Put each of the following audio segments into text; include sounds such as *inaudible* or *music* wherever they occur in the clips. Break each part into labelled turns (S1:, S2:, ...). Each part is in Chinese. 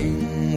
S1: 因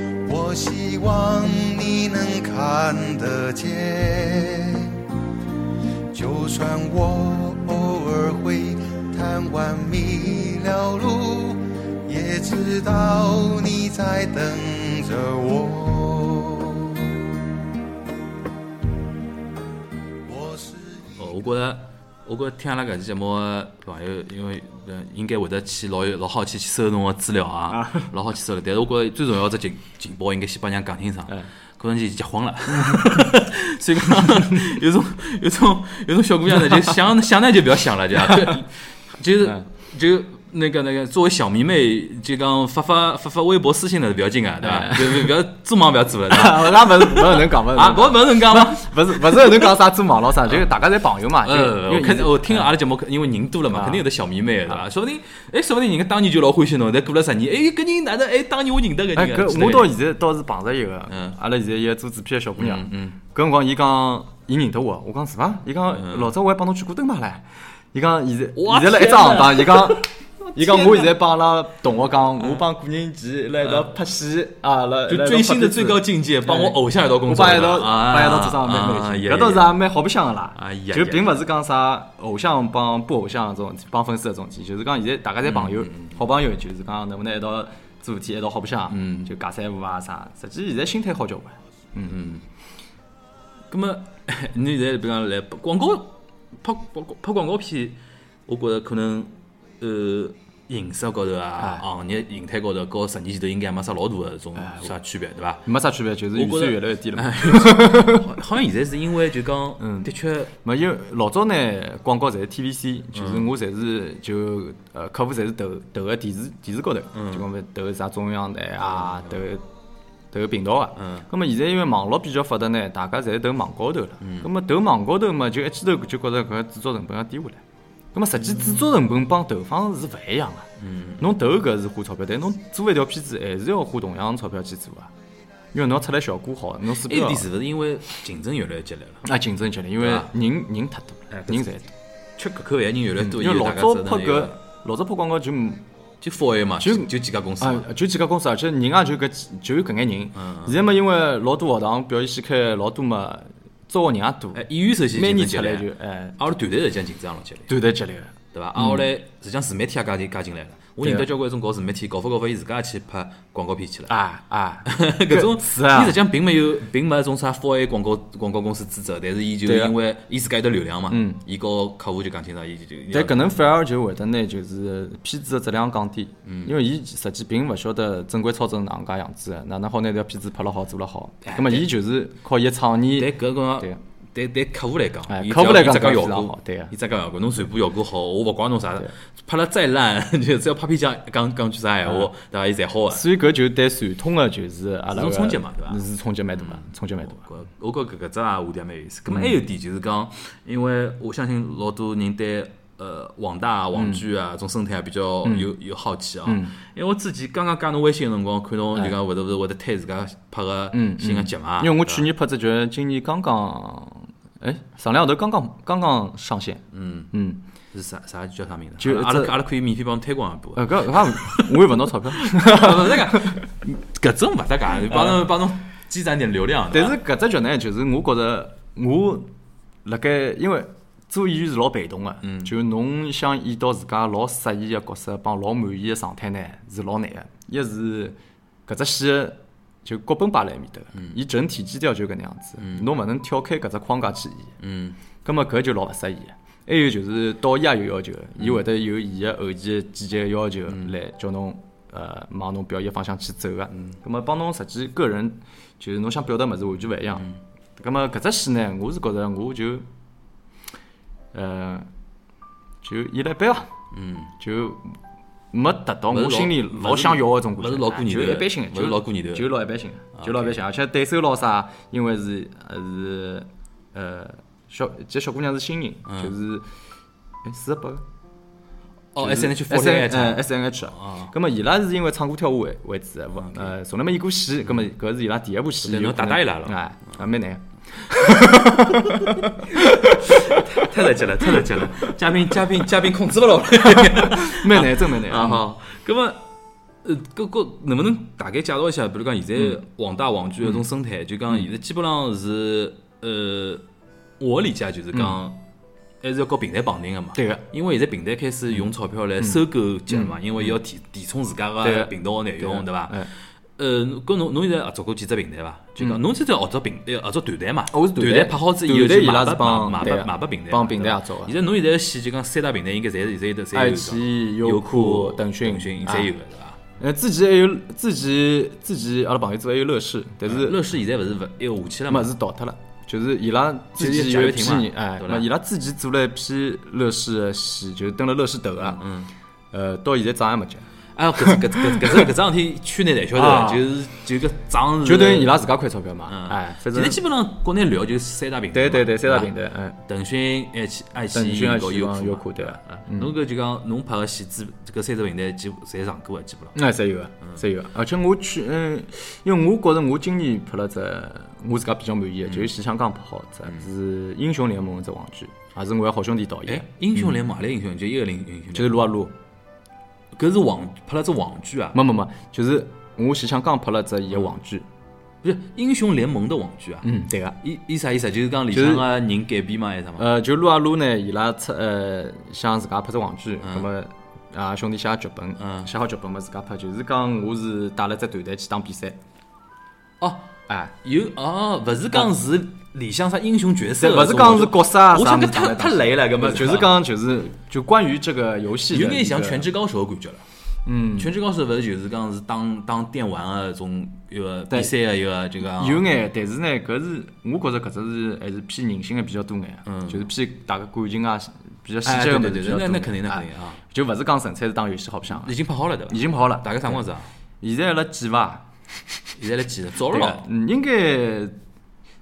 S1: 我希望你能看得见。就算我偶尔会贪玩迷了路，也知道你在等着我。我是
S2: 哦，我觉着，我觉着听阿拉搿期节目的朋友，因为呃应该会得去老有老好奇去搜侬个资料啊，老好去搜了。但是我觉着最重要只情情报应该先帮人家讲清爽。可能就结婚了， *laughs* 所以讲有种有种有种小姑娘呢，就想 *laughs* 想呢就不要想了，就啊就就是
S3: 嗯
S2: 就那个那个作为小迷妹，就讲发发发发微博私信呢是不要紧个，啊对伐？就不要做梦不要做了，对伐？
S3: *laughs* 那勿是勿是能讲，勿是
S2: 哎啊，不不能讲嘛。
S3: 勿是勿是能讲啥做网络啥，就是大家侪朋友
S2: *laughs*
S3: 嘛，就
S2: 呃，我
S3: 因为嗯
S2: 肯我听了阿拉节目，因为人多了嘛，
S3: 啊
S2: 肯定有得小迷妹的，对伐？说不定，哎，说不定人家当年就老欢喜侬，但过了十年，哎，搿人哪能，哎，当年我认得搿
S3: 哎，
S2: 人啊之
S3: 搿
S2: 类的。
S3: 我到现在倒是啊碰着一个
S2: 嗯，
S3: 阿拉现在一个做纸片的小姑娘，
S2: 嗯
S3: 搿辰光伊讲伊认得我，我讲是伐？伊
S2: 嗯
S3: 讲老早我还帮侬去过灯牌唻，伊讲现在
S2: 哇
S3: 现在辣一
S2: 天
S3: 只行
S2: 哪
S3: 当，
S2: *laughs*
S3: 伊讲伊讲
S2: 天
S3: 我
S2: 哪嗯
S3: 现在帮阿拉同学讲，我帮古人奇辣一道拍戏啊，辣
S2: 就追星的最高。境界，帮我偶像一道工
S3: 我
S2: 作，
S3: 哎帮伊一
S2: 对
S3: 道，
S2: 伐啊
S3: 帮伊一道做啥蛮
S2: 啊
S3: 蛮
S2: 也
S3: 搿倒是
S2: 也
S3: 也蛮好白相个啦
S2: 哎呀。
S3: 就
S2: 呀
S3: 并勿是讲啥偶像帮不偶像这种，帮粉丝这种事体，就是讲现在大家侪朋
S2: 嗯
S3: 友，好朋友，就是讲能不能一道做事体，一道好白相，
S2: 嗯
S3: 就尬三胡啊啥。实际现在心态好交关。
S2: 咁么，你现在比如讲来广告拍拍拍广告片，我觉着可能呃形式高头
S3: 哎
S2: 啊，行业形态高头，和十年前头应该也没啥老大的种啥区别，对伐？
S3: 没啥区别，就是预
S2: 我觉
S3: 算
S2: 得
S3: 越来越低了嘛。
S2: *laughs* 好好像现在是因为就讲，
S3: 哎嗯
S2: 的确，
S3: 没有老早呢，广告侪是 TVC，就是我侪是就呃客户侪是投投个电视电视高头，
S2: 嗯
S3: 就讲投啥中央台啊，投投频道啊。
S2: 嗯。
S3: 那么现在因为网络比较发达呢，大家侪投网高头了。嗯。那么投网高头嘛，就一记头就觉着搿个制作成本要低下来。那么实际制作成本帮投放是勿一样个。嗯。侬投搿是花钞票，但侬做一条片子还是要花同样钞票去做啊，因为侬要出来效果好，侬势必
S2: 一
S3: 要
S2: 哎点是勿是因为竞争越来越激烈了？
S3: 啊竞争激烈，因为
S2: 对吧
S3: 人人太多
S2: 哎
S3: 了，
S2: 搿
S3: 人侪
S2: 是
S3: 多。
S2: 吃可口饭人越来越多，
S3: 嗯因为
S2: 也
S3: 老
S2: 大家
S3: 早
S2: 只能
S3: 拍
S2: 一
S3: 搿
S2: 个
S3: 老早拍广告就没
S2: 就 f o 嘛，就
S3: 就
S2: 就几家公司
S3: 啊
S2: 嘛，
S3: 就几家公司，而且人也就搿几就有搿眼人。现在嘛，因为老多学堂表演系开老多嘛，招个人也多，
S2: 哎，演员首先
S3: 每
S2: 竞争
S3: 年
S2: 激
S3: 出来
S2: 烈，啊
S3: 就哎，
S2: 阿拉团队实际上竞争也老激烈。
S3: 团队激烈个。
S2: 对伐？啊，后来
S3: 嗯
S2: 实际上自媒体也加进加进来了。我认得交关种搞自媒体，搞发搞发，伊自家也去拍广告片去了。
S3: 啊啊，
S2: *laughs* 搿种
S3: 是啊
S2: 伊实际上并没有，并没有种啥 4A 广告广告公司资质，但是伊就
S3: 对啊嗯
S2: 因为伊自家有得流量嘛，伊和客户就讲清爽，伊就就
S3: 但搿能反而就会得呢，就是片子的质量降低，因为伊实际并勿晓得正规操作是哪能介样子个，哪能好拿条片子拍了好做了好。
S2: 哎
S3: 葛末伊就是靠伊个创意
S2: 但，搿个
S3: 对啊
S2: 对对客户来讲
S3: 哎，
S2: 伊只
S3: 客户
S2: 要
S3: 来
S2: 伊只
S3: 讲
S2: 讲
S3: 搿
S2: 效
S3: 是非常
S2: 果
S3: 好，对啊
S2: 伊只讲效果，侬传播效果好，我勿怪侬啥
S3: 对啊，
S2: 拍了再烂， *laughs* 就只要拍片讲讲讲句啥闲
S3: 嗯
S2: 话，对伐？伊侪好个。
S3: 所以搿就对传统个就是阿拉
S2: 是种
S3: 个
S2: 冲击嘛对伐
S3: 是冲击蛮大个，冲击蛮大个。
S2: 搿我觉搿搿只也话题也蛮有意思。咁么还有
S3: 嗯
S2: 一点就是讲，因为我相信老多人对呃网大啊、网剧
S3: 嗯
S2: 啊这种生态啊比较有有好奇啊。因为我自己刚刚加侬微信个辰光，看侬就讲会得会得会得推自家拍个新个节目啊。
S3: 哎嗯因为我
S2: 对
S3: 去年拍只剧，今年刚刚，哎，上两个号头刚刚刚刚上线。嗯嗯，
S2: 伐是啥啥叫啥名字？
S3: 就
S2: 阿拉
S3: 这
S2: 阿拉可以免费帮侬推广一部。啊
S3: 呃，搿
S2: *laughs*
S3: 搿也我也勿拿钞票， *laughs*
S2: 勿是讲 *laughs* 搿种勿搭界，帮侬帮侬积攒点流量。对
S3: 但
S2: 伐
S3: 是搿只剧呢，就是我觉着我辣盖，因为做演员是老被动个，
S2: 嗯
S3: 就侬想演到自家老适意个角色，帮老满意个状态呢，是老难个。一是搿只戏的就脚本摆辣埃面头，
S2: 嗯
S3: 伊整体基调就搿能样子，侬勿能跳开搿只框架去演。
S2: 嗯，
S3: 葛么搿就老勿适意个。还有就是导演也有要求，伊会得有伊个后期个季节个要求来叫侬呃往侬表演方向去走个。葛么帮侬实际个人就是侬想表达物事完全勿一样。葛么搿只戏呢，我是觉着我就呃就一般般伐，
S2: 嗯，
S3: 就没达到我心里老想要个种感觉，哎
S2: 勿是老过年头
S3: 就一般性的，
S2: 勿
S3: 就是
S2: 老过年头
S3: 就老一般性
S2: 啊
S3: 的，就老一般性的。而且对手老啥，因为是呃是呃小，这小姑娘是新人，
S2: 嗯
S3: 就是哎四十八个。
S2: 哦
S3: 就是
S2: ，S N H f o
S3: S
S2: r
S3: N
S2: 啊哦
S3: 嗯 S N H，咁么伊拉是因为唱歌跳舞为为主的，勿呃从来没演过戏，咁么搿是伊拉第一部戏，
S2: 嗯对侬
S3: 有可能
S2: 打打伊拉了
S3: 哎，啊蛮难。
S2: 太来劲了，太来 *laughs* 劲了！嘉宾嘉宾嘉宾控制勿牢了 *laughs*
S3: 蛮难，真蛮难
S2: 啊！好，葛么呃，搿个能不能大概介绍一下？比如讲现在网大网剧搿种生态，就讲现在基本上是呃，我理解就是讲还是要搞平台绑定个嘛。
S3: 对个
S2: 因为现在平台开始用钞票来收购节目嘛，因为要提提充自家
S3: 对
S2: 个
S3: 个
S2: 频道个内容，嗯对伐？
S3: 哎
S2: 呃，搿侬侬现在合作过几只平台伐？就讲侬现在合作平呃合作团队嘛，
S3: 嗯哦我是团队
S2: 队拍好之后，
S3: 团队
S2: 就
S3: 伊拉
S2: 卖拨
S3: 是帮
S2: 卖
S3: 对
S2: 拨
S3: 啊
S2: 卖拨平台嘛，
S3: 帮平台
S2: 对伐
S3: 合作个
S2: 现在侬现在戏就讲三大平台应该侪是侪都侪有
S3: 爱
S2: 的
S3: 奇艺、
S2: 优
S3: 酷、
S2: 腾
S3: 腾
S2: 讯
S3: 讯、
S2: 侪有
S3: 啊
S2: 个对伐？
S3: 呃，自己还有自己自己阿拉朋友组还有乐视，但是
S2: 嗯乐视现在勿是勿哎要下去了嘛
S3: 么？是倒脱了，就是伊拉自
S2: 就是
S3: 己
S2: 贾
S3: 有
S2: 跃
S3: 一
S2: 亭
S3: 批
S2: 嘛
S3: 人，哎，
S2: 对吧
S3: 那伊拉自己做了一批乐视的戏，就是登了乐视头啊，嗯，呃，到现在账还没结，
S2: 哎，搿搿搿搿搿只搿桩事体圈内侪晓
S3: 啊
S2: 得，就是就搿账是
S3: 就等于伊拉自家亏钞票嘛
S2: 嗯，
S3: 哎，反
S2: 现
S3: 正
S2: 在基本上国内聊就是三大平台嘛，
S3: 对对对，三大平
S2: 吧
S3: 台，哎，
S2: 腾讯、爱奇爱奇
S3: 腾
S2: 艺
S3: 讯、爱
S2: 搞
S3: 奇艺、
S2: 优酷嘛
S3: 网优酷对吧？
S2: 啊侬搿就讲侬拍个戏，基这个三只平台基本侪上过个，基本上。
S3: 那侪有啊，侪有啊。而且我去，嗯，因为我觉着我今年拍了只我自家比较满意的，就是徐香港拍好的只是《英雄联盟》这网剧，也是我的好兄弟导演
S2: 哎，，英雄联盟阿里英雄就一个零英雄
S3: 就
S2: 联
S3: 是撸啊撸。
S2: 盟，搿是网拍了只网剧啊，
S3: 没没没，就是我前腔刚拍了只伊个网剧，
S2: 不是英雄联盟的网剧啊。
S3: 嗯，对个。
S2: 伊伊啥意思啊？就是讲里
S3: 就是
S2: 向个人改编嘛，还是啥嘛？
S3: 呃，就撸啊撸呢，伊拉出呃想自家拍只网剧，葛么啊兄弟写剧本，
S2: 嗯
S3: 写好剧本么自家拍，就是讲我是带了只团队去打比赛，
S2: 哦，
S3: 哎，
S2: 有哦，勿是讲是里向啥英雄角色，
S3: 勿是讲是角色啊
S2: 我
S3: 啥
S2: 想
S3: 么
S2: 搿
S3: 子
S2: 太
S3: 打来打啊
S2: 太
S3: 去，
S2: 雷了，搿么
S3: 就是讲就是就关于这个游戏的
S2: 有眼
S3: 一
S2: 像
S3: 个
S2: 全职高手的感觉了。
S3: 嗯，
S2: 全职高手勿是就是讲是当当电玩个种一个比
S3: 对
S2: 赛个一个这个啊
S3: 有眼，但是呢，搿是我觉着搿只是还是偏人性的比较多眼，啊
S2: 嗯
S3: 就是偏大家感情啊，比较细
S2: 哎
S3: 节
S2: 对
S3: 的物
S2: 对
S3: 事比
S2: 对
S3: 较
S2: 那
S3: 多，
S2: 那肯定那肯定
S3: 哎
S2: 啊，
S3: 就勿是讲纯粹是打游戏好白相啊，
S2: 已经拍好了对伐
S3: 已？经跑好了，
S2: 大概啥辰光是啊？
S3: 现在辣计伐？
S2: 现在来记了，早
S3: 对
S2: 了
S3: 个。，嗯，应该，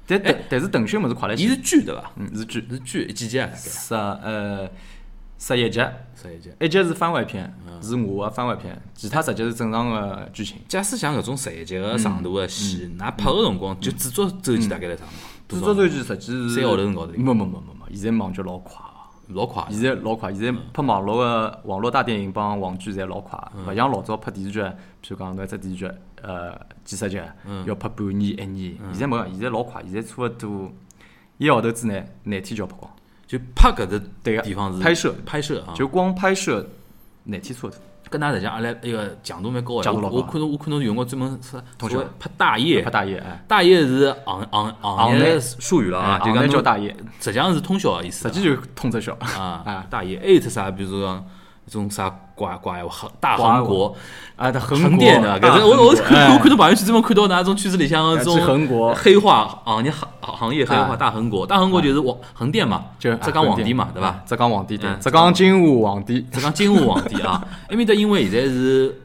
S3: 但但但是腾讯么是快来
S2: 伊
S3: 新，
S2: 哎是剧对伐？
S3: 嗯，是剧，
S2: 是剧一季集啊，大概
S3: 十呃十一集，
S2: 十一集。
S3: 一集是番外篇，
S2: 嗯
S3: 是我的番外篇，其他十集是正常的剧情。
S2: 假使像搿种十一集个
S3: 嗯
S2: 长度个戏，㑚拍个辰光就制作周期大概辣啥嘛？
S3: 制
S2: 多
S3: 作
S2: 少
S3: 嗯周期实际是
S2: 三号头辰光的
S3: 没没没没没，现在网剧老快啊。
S2: 老快
S3: 现在老快，现
S2: 嗯
S3: 在拍网络个网络大电影帮网剧侪老快，
S2: 嗯
S3: 勿像老早拍电视剧，譬如讲侬一只电视剧，呃，几十集，
S2: 嗯
S3: 要拍半年一年。现在没，现在老快，现在差勿多一个号头之内，廿天就要拍光。
S2: 就拍搿只
S3: 对个
S2: 地方是
S3: 拍摄
S2: 拍摄啊，
S3: 就光拍摄廿天差勿多。
S2: 跟㑚实际上阿拉一个强度蛮高个。
S3: 强度
S2: 我
S3: 老高
S2: 我看到我看到有辰光专门说
S3: 同学
S2: 说拍大夜
S3: 拍，大夜，哎，
S2: 大夜是行行行
S3: 行
S2: 业
S3: 内
S2: 术语了啊，
S3: 哎
S2: 就
S3: 行
S2: 讲
S3: 内
S2: 侬
S3: 叫大夜，
S2: 实际上是通宵个意思
S3: 实
S2: 啊。
S3: 际就通宵。
S2: 啊
S3: *laughs* 啊，
S2: 大爷，还有只啥，比如说像一种啥拐拐横大横国。
S3: 啊，它横
S2: 横店的，
S3: 大
S2: 搿是我我
S3: 横国
S2: 看我
S3: 哎
S2: 看到朋友圈专门看到㑚种圈子里向的这种
S3: 去横国
S2: 黑化行业行行业黑化
S3: 啊
S2: 大横国，大横国就是黄横店嘛，
S3: 就啊
S2: 浙江黄
S3: 皇
S2: 帝嘛，对伐？
S3: 啊浙江皇帝对，
S2: 嗯
S3: 浙江金华皇帝。
S2: 浙江金华黄帝啊， *laughs* 埃面搭因为现在是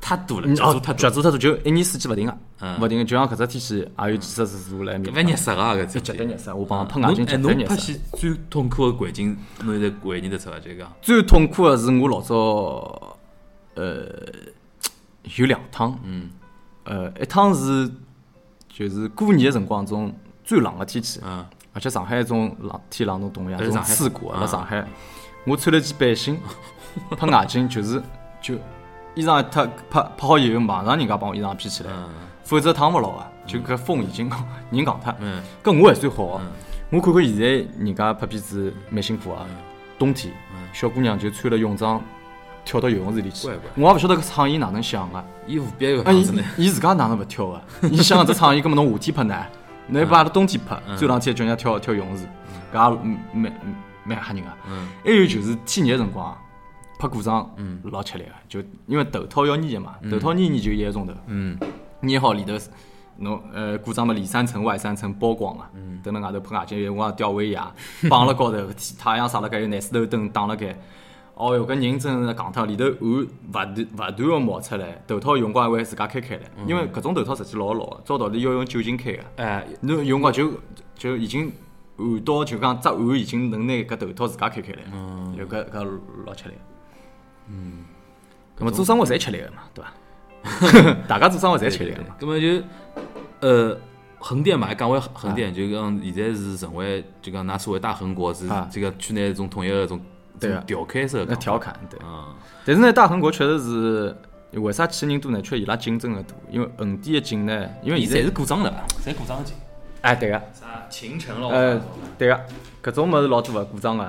S2: 太多了，
S3: 嗯
S2: 剧
S3: 哦
S2: 组太，多
S3: 剧
S2: 了，
S3: 组太多，就一年四季勿停个
S2: 嗯，
S3: 勿停个，就像搿只天气，啊也有几十只组来面嗯
S2: 搿。蛮热死个啊搿只
S3: 绝
S2: 事
S3: 对热
S2: 体。
S3: 死，我帮
S2: 侬
S3: 喷眼睛
S2: 哎，
S3: 绝对
S2: 侬
S3: 热
S2: 拍
S3: 死。
S2: 戏最痛苦的环境，侬现在回忆得出伐？就是讲，
S3: 最痛苦的是我老早，呃，有两趟，
S2: 嗯，
S3: 呃，一趟是就是过年的辰光中最冷的天气，
S2: 嗯，
S3: 而且上海一种冷天冷侬懂呀，
S2: 辣
S3: 种
S2: 上海
S3: 刺骨的
S2: 啊
S3: 辣上海，我穿了件背心，拍眼睛就是就衣裳脱拍拍好以后，马上人家帮我衣裳披起来，
S2: 嗯
S3: 否则烫勿牢啊，就搿风已经人戆脱，
S2: 嗯，
S3: 搿我还算好啊。我看看现在人家拍片子蛮辛苦啊，
S2: 嗯
S3: 冬天小姑娘就穿了泳装跳到游泳池里去
S2: 乖乖，
S3: 我也勿晓得搿创意哪能想啊。
S2: 伊何必搿
S3: 啊，
S2: 样子呢？
S3: 伊伊自家哪能勿跳啊？ *laughs* 伊想只创意，搿么侬夏天拍呢？
S2: 嗯
S3: 侬还把阿拉冬天拍，最冷天叫人家跳跳游泳池，搿也嗯蛮蛮蛮吓人啊。
S2: 嗯
S3: 还有就是天热辰光啊，拍古装老吃力个，就因为头套要捏个嘛，头套捏捏就一个钟头，
S2: 嗯，
S3: 捏好里头是。侬呃，古装么里三层外三层包光啊，等啊 *laughs* 辣外头喷外镜，有辰光吊威亚，绑辣高头，天太阳晒辣盖，有廿四头灯打辣盖，哦哟，搿人真是戆脱，里头汗勿断勿断个冒出来，头套用光还会自家开开来，因为搿种头套实际老老个，照道理要用酒精开个，
S2: 哎，
S3: 侬用光就就已经汗到就讲只汗已经能拿搿头套自家开开来，就搿搿老吃力。嗯，搿么做生活侪吃力个嘛， *laughs* 对伐？大家做生活侪吃力个嘛。
S2: 那么啊就呃横店嘛，还讲回横
S3: 啊
S2: 店，就讲现在是成为就讲㑚所谓大横国是
S3: 啊
S2: 这个区内一种统一的一种
S3: 对啊
S2: 调侃式的
S3: 那
S2: 讲法
S3: 调侃对。
S2: 嗯
S3: 但是呢，大横国确实是为啥去人多呢？确实伊拉竞争个多，因为横店个景呢，因为
S2: 伊
S3: 现在
S2: 侪是哦故障的，侪故障的景，
S3: 哎对个，
S2: 啥秦城咯
S3: 呃对个，搿种物事老多个故障个。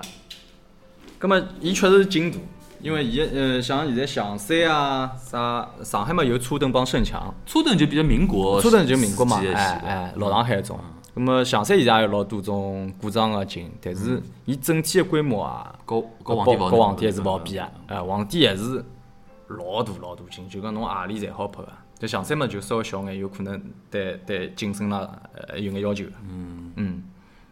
S3: 葛末伊确实是进度，因为伊个呃像现在象山啊啥上海嘛有车灯帮盛强，
S2: 车灯就比较民国，
S3: 车灯就民国嘛
S2: 时，期的
S3: 哎
S2: 戏
S3: 哎老上海那种。葛末象山现在也有老多种故障个景，但
S2: 嗯
S3: 是伊整体个规模啊，
S2: 和和
S3: 和
S2: 黄帝保
S3: 和黄帝还是勿好比啊！哎，黄帝还是老大老大劲，就讲侬何里侪好拍啊。就象山嘛，就稍微小眼，有可能对对竞争啦，呃，有眼要求。嗯嗯，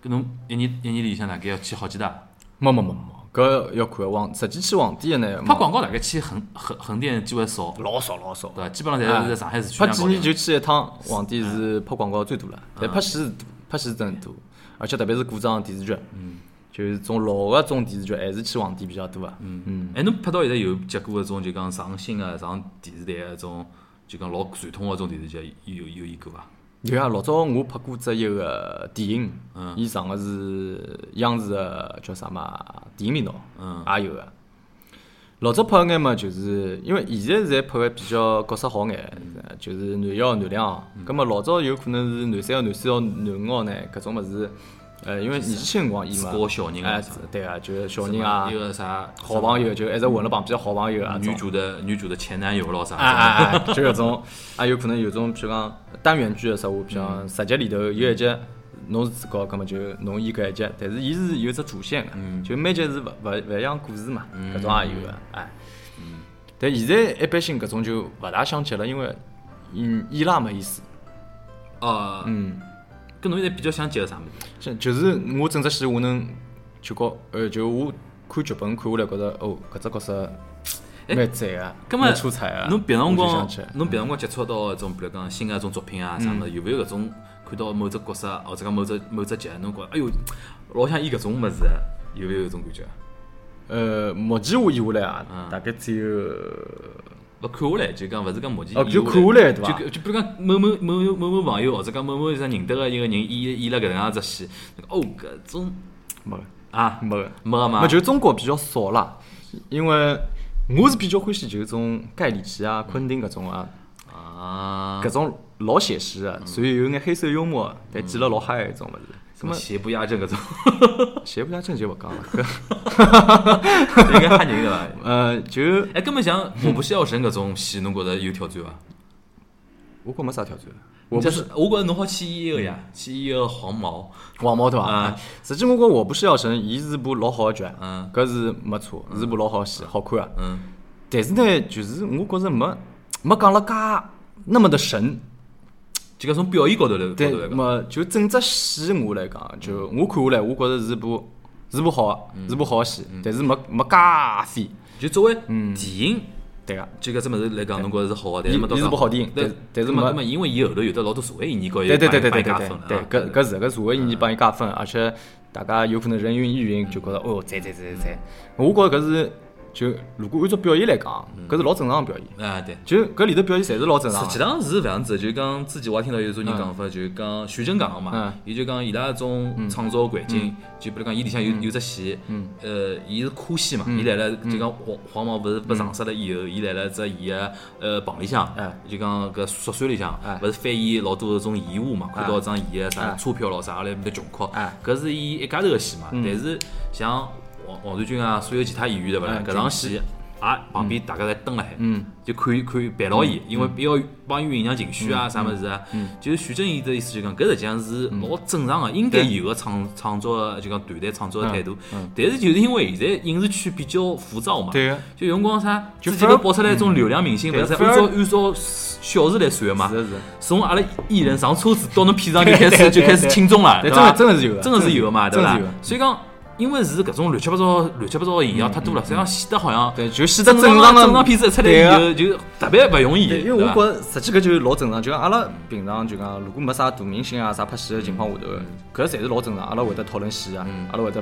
S2: 搿侬一年一年里向大概要去好几趟？
S3: 没没没没，搿要看黄，实际去黄帝个呢，
S2: 拍广告大概去横横横店机会少，
S3: 没老少老少。
S2: 对伐？基本上侪
S3: 哎
S2: 是在上海市区
S3: 拍
S2: 两
S3: 几
S2: 高
S3: 年
S2: 头。啊
S3: 就去一趟，黄帝是拍广告最多了，但拍戏是多，拍戏真的多，而且特别是古装电视剧，嗯，就是种老个种电视剧还是去黄帝比较多啊。嗯嗯。
S2: 哎，侬拍到现在有接过搿种就讲上新个上电视台个种就讲老传统个种电视剧，有有有演过伐？
S3: 有啊，老早我拍过只一个呃电影
S2: 嗯，
S3: 伊上个是央视个叫啥嘛电影频道，
S2: 嗯
S3: 也有个。啊老早拍个眼嘛，就是因为现在侪拍个比较角色好眼，
S2: 嗯
S3: 呃就是男一号、男两号。葛么老早有可能是男三号、男四号、男五号呢，搿种物事，呃，因为年纪轻辰光伊嘛
S2: 是，搞小人啊
S3: 哎
S2: 啥，
S3: 对啊，就是小人啊
S2: 一，个啥
S3: 好朋友，就一直混辣旁边好朋友啊，
S2: 女主的女主的前男友咯啥
S3: 啊啊啊！就搿种，啊有可能有种，比如讲单元剧的时候，比如
S2: 嗯
S3: 讲十集里头有一集侬是主角，葛么就侬演搿一集，但是伊是有只主线个，
S2: 嗯
S3: 就每集是勿勿勿一样故事嘛，搿种也有个，哎。
S2: 嗯
S3: 但现在一般性搿种就勿大相接了，因为嗯伊拉没意思，
S2: 哦，
S3: 嗯，
S2: 跟侬现在比较想接个啥物事？
S3: 就就是我整只戏我能就觉呃就我看剧本看下来觉着哦搿只角色蛮赞个，
S2: 葛哎么
S3: 蛮出嗯彩个，
S2: 侬别辰
S3: 我就
S2: 光
S3: 想接，
S2: 侬别辰光接触到一种，比如讲新的一种作品啊
S3: 嗯
S2: 啥物事，有没有搿种看到某只角色或者讲某只某只剧，侬觉得哎哟，老想演搿种物事，有没有搿种感觉？
S3: 呃，目前我演下来啊
S2: 嗯，
S3: 大概只
S2: 勿
S3: 有
S2: 看下来就讲，勿是讲目前
S3: 哦就
S2: 演
S3: 看下来对伐
S2: 就就比如讲某某某某某某朋友或者讲某某啥认得个一个人演演了搿能样一只戏，哦搿种
S3: 没
S2: 啊
S3: 没个，
S2: 没个嘛
S3: 没，就中国比较少啦，因为我是比较欢喜就是种盖里奇啊、昆汀搿种啊，
S2: 嗯啊嗯
S3: 搿种老写实的，所以有眼黑色幽默，但记了老嗨的一种物事。
S2: 什
S3: 那
S2: 么
S3: 么
S2: 邪不压正搿 *laughs* 种，
S3: 邪不压正就勿讲了， *laughs* 搿
S2: 应该吓人个伐？
S3: 呃就
S2: 哎，根本像《我不是药神》搿种戏，侬觉着有挑战伐？
S3: 我觉没啥挑战。我
S2: 就
S3: 不是嗯
S2: 是我觉着侬好去演一个呀，去演一个黄毛，
S3: 黄毛对伐
S2: 啊？
S3: 实际我觉我不是药神，伊是部老好的剧，
S2: 嗯
S3: 搿是没错，是部老好的戏，好看啊。
S2: 嗯，
S3: 但是呢，就是我觉着没没讲了介那么的神，
S2: 就讲从表演高头来高
S3: 对
S2: 头来，讲，嗯
S3: 么就整只戏我来讲，就我看下来，我觉着是部是部好的，是部好的戏，
S2: 嗯
S3: 但是没没介飞，
S2: 就作为
S3: 嗯
S2: 电影。
S3: 对个。
S2: 就搿只物事来讲，侬觉着是好啊个，但是
S3: 伊
S2: 没到
S3: 伊是
S2: 讲
S3: 部好电影
S2: 对
S3: 但但是
S2: 嘛，
S3: 没
S2: 那么因为伊后头有得老多社会意义高，
S3: 对对对对
S2: 帮
S3: 对
S2: 伊
S3: 对
S2: 加
S3: 对
S2: 分了啊嗯
S3: 对，搿搿是搿社会意义帮伊加分，而且大家有可能人云亦云，就觉着
S2: 嗯
S3: 哦，赞赞赞赞赞。我觉着搿是就如果按照表演来讲，搿是老正常的表演，
S2: 啊对。
S3: 就搿里头表演侪是老正常
S2: 实
S3: 的
S2: 际。上嗯是搿样子，就讲之前我也听到有种人讲法，就讲徐峥讲个嘛
S3: 嗯，
S2: 伊就讲伊拉种创造环境，就比如讲伊里向有有只戏，呃，
S3: 嗯
S2: 伊是科戏嘛，伊来了就讲黄黄毛勿是被撞死了以后，
S3: 嗯
S2: 伊来了只伊个呃棚里向
S3: 哎，
S2: 就讲搿宿舍里向
S3: 哎，
S2: 勿是翻译老多种遗物嘛，
S3: 嗯
S2: 看到一张伊个啥
S3: 哎
S2: 车票咯啥，阿拉面搭穷哭
S3: 哎，
S2: 搿是伊一家头个戏嘛，
S3: 嗯
S2: 但是像黄黄传君啊，所有其他演员对勿啦，
S3: 嗯
S2: 搿场戏。啊，旁边大家侪蹲辣海，
S3: 嗯
S2: 就看看陪牢伊，因为要帮伊酝酿情绪啊，
S3: 嗯
S2: 啥物事啊。就是徐峥伊的意思就讲，搿实际上是老正常个，应该有个创创作的就讲团队创作的态度。但是就是因为现在影视圈比较浮躁嘛，
S3: 嗯对个啊
S2: 就有辰光啥，
S3: 就
S2: 之前
S3: 反而嗯
S2: 头爆出来一种流量明星，勿
S3: 对啊
S2: 是按
S3: 反而
S2: 照按照小时来算个嘛
S3: 是啊的是的，
S2: 从阿拉艺人上车子到侬片场就开始
S3: 对对
S2: 就开始
S3: 对
S2: 轻重了，
S3: 对
S2: 伐？
S3: 真的真的是有的
S2: 真的是有个嘛，对
S3: 真的
S2: 伐
S3: 是有的？
S2: 所以讲，因为是搿种乱七八糟、乱七八糟的现象太多了，实际上显得好像
S3: 对就显得
S2: 正
S3: 正常的
S2: 正常片子一出来
S3: 对
S2: 以
S3: 啊
S2: 后，就特别勿容易，
S3: 对，因为
S2: 对
S3: 我
S2: 吧
S3: 觉着实际搿就是老正常，就像阿拉平常就讲，如果没啥大明星啊啥拍戏的情况下头，
S2: 嗯
S3: 搿侪是老正常。阿拉会得讨论戏啊，阿拉会得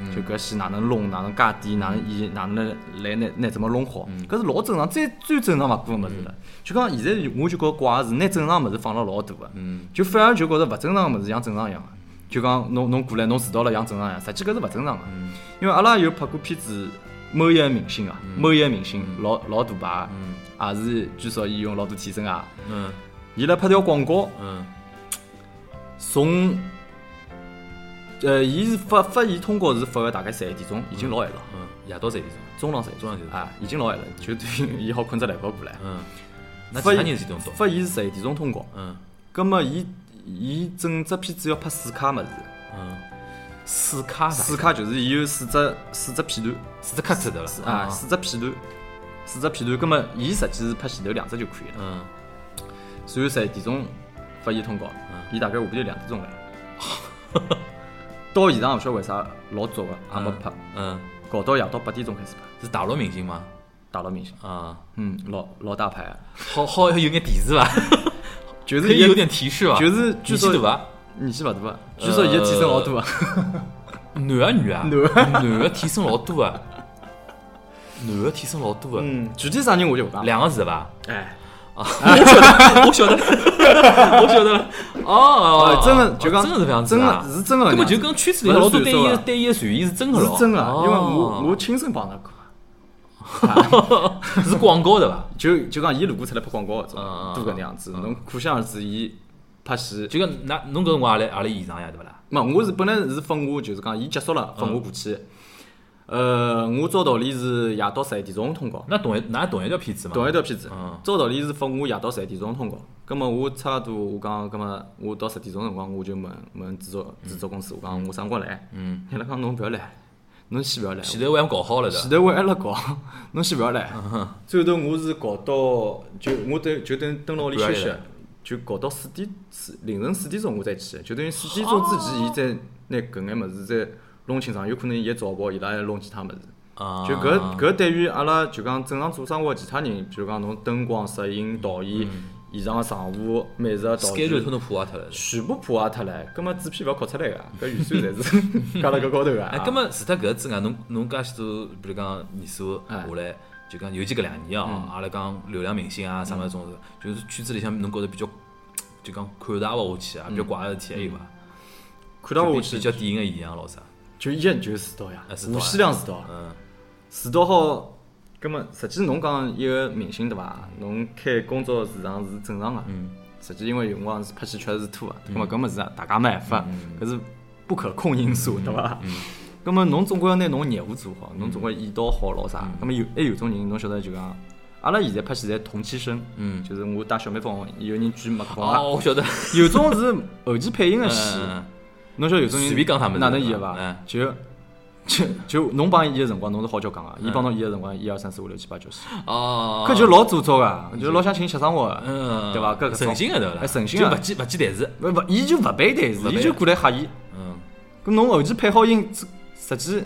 S2: 嗯
S3: 盘，就搿戏哪能弄，哪能加点，哪能演，哪能来拿拿怎么弄好，
S2: 嗯
S3: 搿是老正常，最最正常勿过个物事了。就讲现在我就觉着怪是拿正常物事放了老大个，就反而就觉着勿正常个物事像正常一样个。就讲侬侬过来侬迟到了像正常一样，实际搿是勿正常个。
S2: 嗯
S3: 因为阿拉有拍过片子，某一个明星啊，
S2: 嗯
S3: 某一个明星老老大牌，也是据说伊用老多替身啊，
S2: 嗯
S3: 伊辣拍条广告，
S2: 嗯
S3: 从，呃，伊是发发现通告是发个大概十一点钟，已经老晚了，
S2: 嗯，夜到十一点钟，
S3: 中浪十一
S2: 中浪十一点嗯钟
S3: 啊，已经老晚了，就对于伊好困着懒觉过来。
S2: 嗯，那
S3: 发
S2: 其他
S3: 现
S2: 人是几点钟到？
S3: 发现是十一点钟通告，
S2: 嗯
S3: 葛末伊伊整只片子要拍四卡物事，
S2: 嗯，四卡啥？
S3: 四卡就是伊有四只四只片段。
S2: 四只卡出的了
S3: 啊，四只片段，四只片段，葛末伊实际是拍前头两只就可以了。
S2: 嗯，
S3: 随后十一点钟发现通告，
S2: 嗯
S3: 伊大概下半头两点钟来。 *laughs* 到现场勿晓得为啥老早个，也没拍，
S2: 嗯，
S3: 搞到夜到八点钟开始拍，
S2: 是大陆明星吗？
S3: 大陆明星，
S2: 啊，
S3: 嗯，老老大牌啊，
S2: 好好有眼提示吧，
S3: 就
S2: 可
S3: 是
S2: 以有点提示吧，
S3: 就是
S2: 年
S3: 据
S2: 纪
S3: 说
S2: 大伐？
S3: 年纪勿大啊，据说伊个替身老多啊，
S2: 男个女啊？
S3: 男
S2: 男个替身老多
S3: *laughs*
S2: 啊，男个替身老多啊，
S3: 嗯，具体啥人我就勿讲了，
S2: 两个字伐？
S3: 哎，
S2: *laughs* 我晓得了， *laughs* 我晓得了。哦
S3: 哦，，真的就讲
S2: 真的是这样子
S3: 真
S2: 啊，
S3: 的是真的，
S2: 根本就跟圈子里老多对伊
S3: 不是传说啊
S2: 对伊的传言是真的咯，
S3: 是真的，啊因为我
S2: 哦
S3: 我亲身帮他搞。
S2: *laughs* 是广告对伐？
S3: 就就讲伊如果出来拍广告搿种
S2: 嗯嗯，
S3: 都搿能样子，侬可想而知伊拍戏。
S2: 就讲那侬搿辰光阿拉阿拉现场呀，对勿啦？
S3: 没，我是本来是分我就是讲伊结束了分
S2: 嗯
S3: 我过去，呃，我照道理是夜到十一点钟通告，
S2: 那同一那同一条片子嘛？
S3: 同一条片子
S2: 嗯，
S3: 照道理是分我夜到十一点钟通告。葛么我差勿多我讲，葛么我到十点钟辰光我就问问制作制作公司，我讲我啥辰光来？
S2: 嗯，
S3: 伊拉讲侬勿要来，侬先勿要来。
S2: 前头我还搞好了的。
S3: 前头我还辣搞，侬先勿要
S2: 嗯
S3: 来。最后头我是搞到就我等就等等到屋里休
S2: 不
S3: 息
S2: 要来，
S3: 就搞到四点四凌晨四点钟我再去，就等于四点钟之前伊再拿搿眼物事再弄清爽，有可能伊也早跑，伊拉还弄其他物事。
S2: 啊，
S3: 就搿搿对于阿拉就讲正常做生活的其他人，比如讲侬灯光、摄影、导演、现场的场务、美术的道具
S2: 嗯 schedule 通，通破坏脱了。
S3: 全部破坏脱了。葛末纸片勿要拷出来个，啊搿预算
S2: *laughs*
S3: 侪是加辣搿高头个啊。
S2: 哎，葛末除脱搿之外，侬侬介许多，比如讲年数下
S3: 哎嗯
S2: 来，就讲尤其搿两年啊，阿拉讲流量明星啊，啥物事种，就是圈子里向侬觉着比较，就讲看大勿下去啊，比较怪个事体还有伐？
S3: 嗯看到
S2: 就
S3: 我
S2: 比
S3: 去
S2: 比较典型个现象咯啥？
S3: 就一人就是迟到呀
S2: 啊，迟到呀
S3: 无限量迟到，
S2: 嗯
S3: 迟到好。葛么，实际侬讲一个明星对伐？侬开工作时长是正常个。
S2: 嗯
S3: 实际因为有辰光是拍戏确实是拖个，葛么搿么是大家没办法，
S2: 嗯
S3: 搿是不可控因素对伐？葛么侬总归要拿侬业务做好，
S2: 嗯
S3: 侬总归演到好咯啥？葛么有还有种人侬晓得就讲，阿拉现在拍戏侪同期声，
S2: 嗯
S3: 就是我带小蜜蜂，有人举麦克风啊，
S2: 哦，我晓得。
S3: 有种是后期配音个戏。
S2: 嗯
S3: 侬晓得有种人
S2: 随便讲啥物事
S3: 哪能演
S2: 嗯
S3: 伐？就就就侬帮伊演个辰光，侬是好叫讲啊个，伊帮侬演个辰光，一二三四五六七八九十，
S2: 嗯哦，
S3: 搿就老做作个，就老想请吃生活啊个，
S2: 嗯，
S3: 对伐？搿搿种
S2: 诚心个对伐？
S3: 哎诚心
S2: 就
S3: 个
S2: 勿记勿记台词。
S3: 勿勿，伊就勿背台词，
S2: 勿背
S3: 伊就过来吓伊。
S2: 嗯，
S3: 搿侬后期配好音，这实际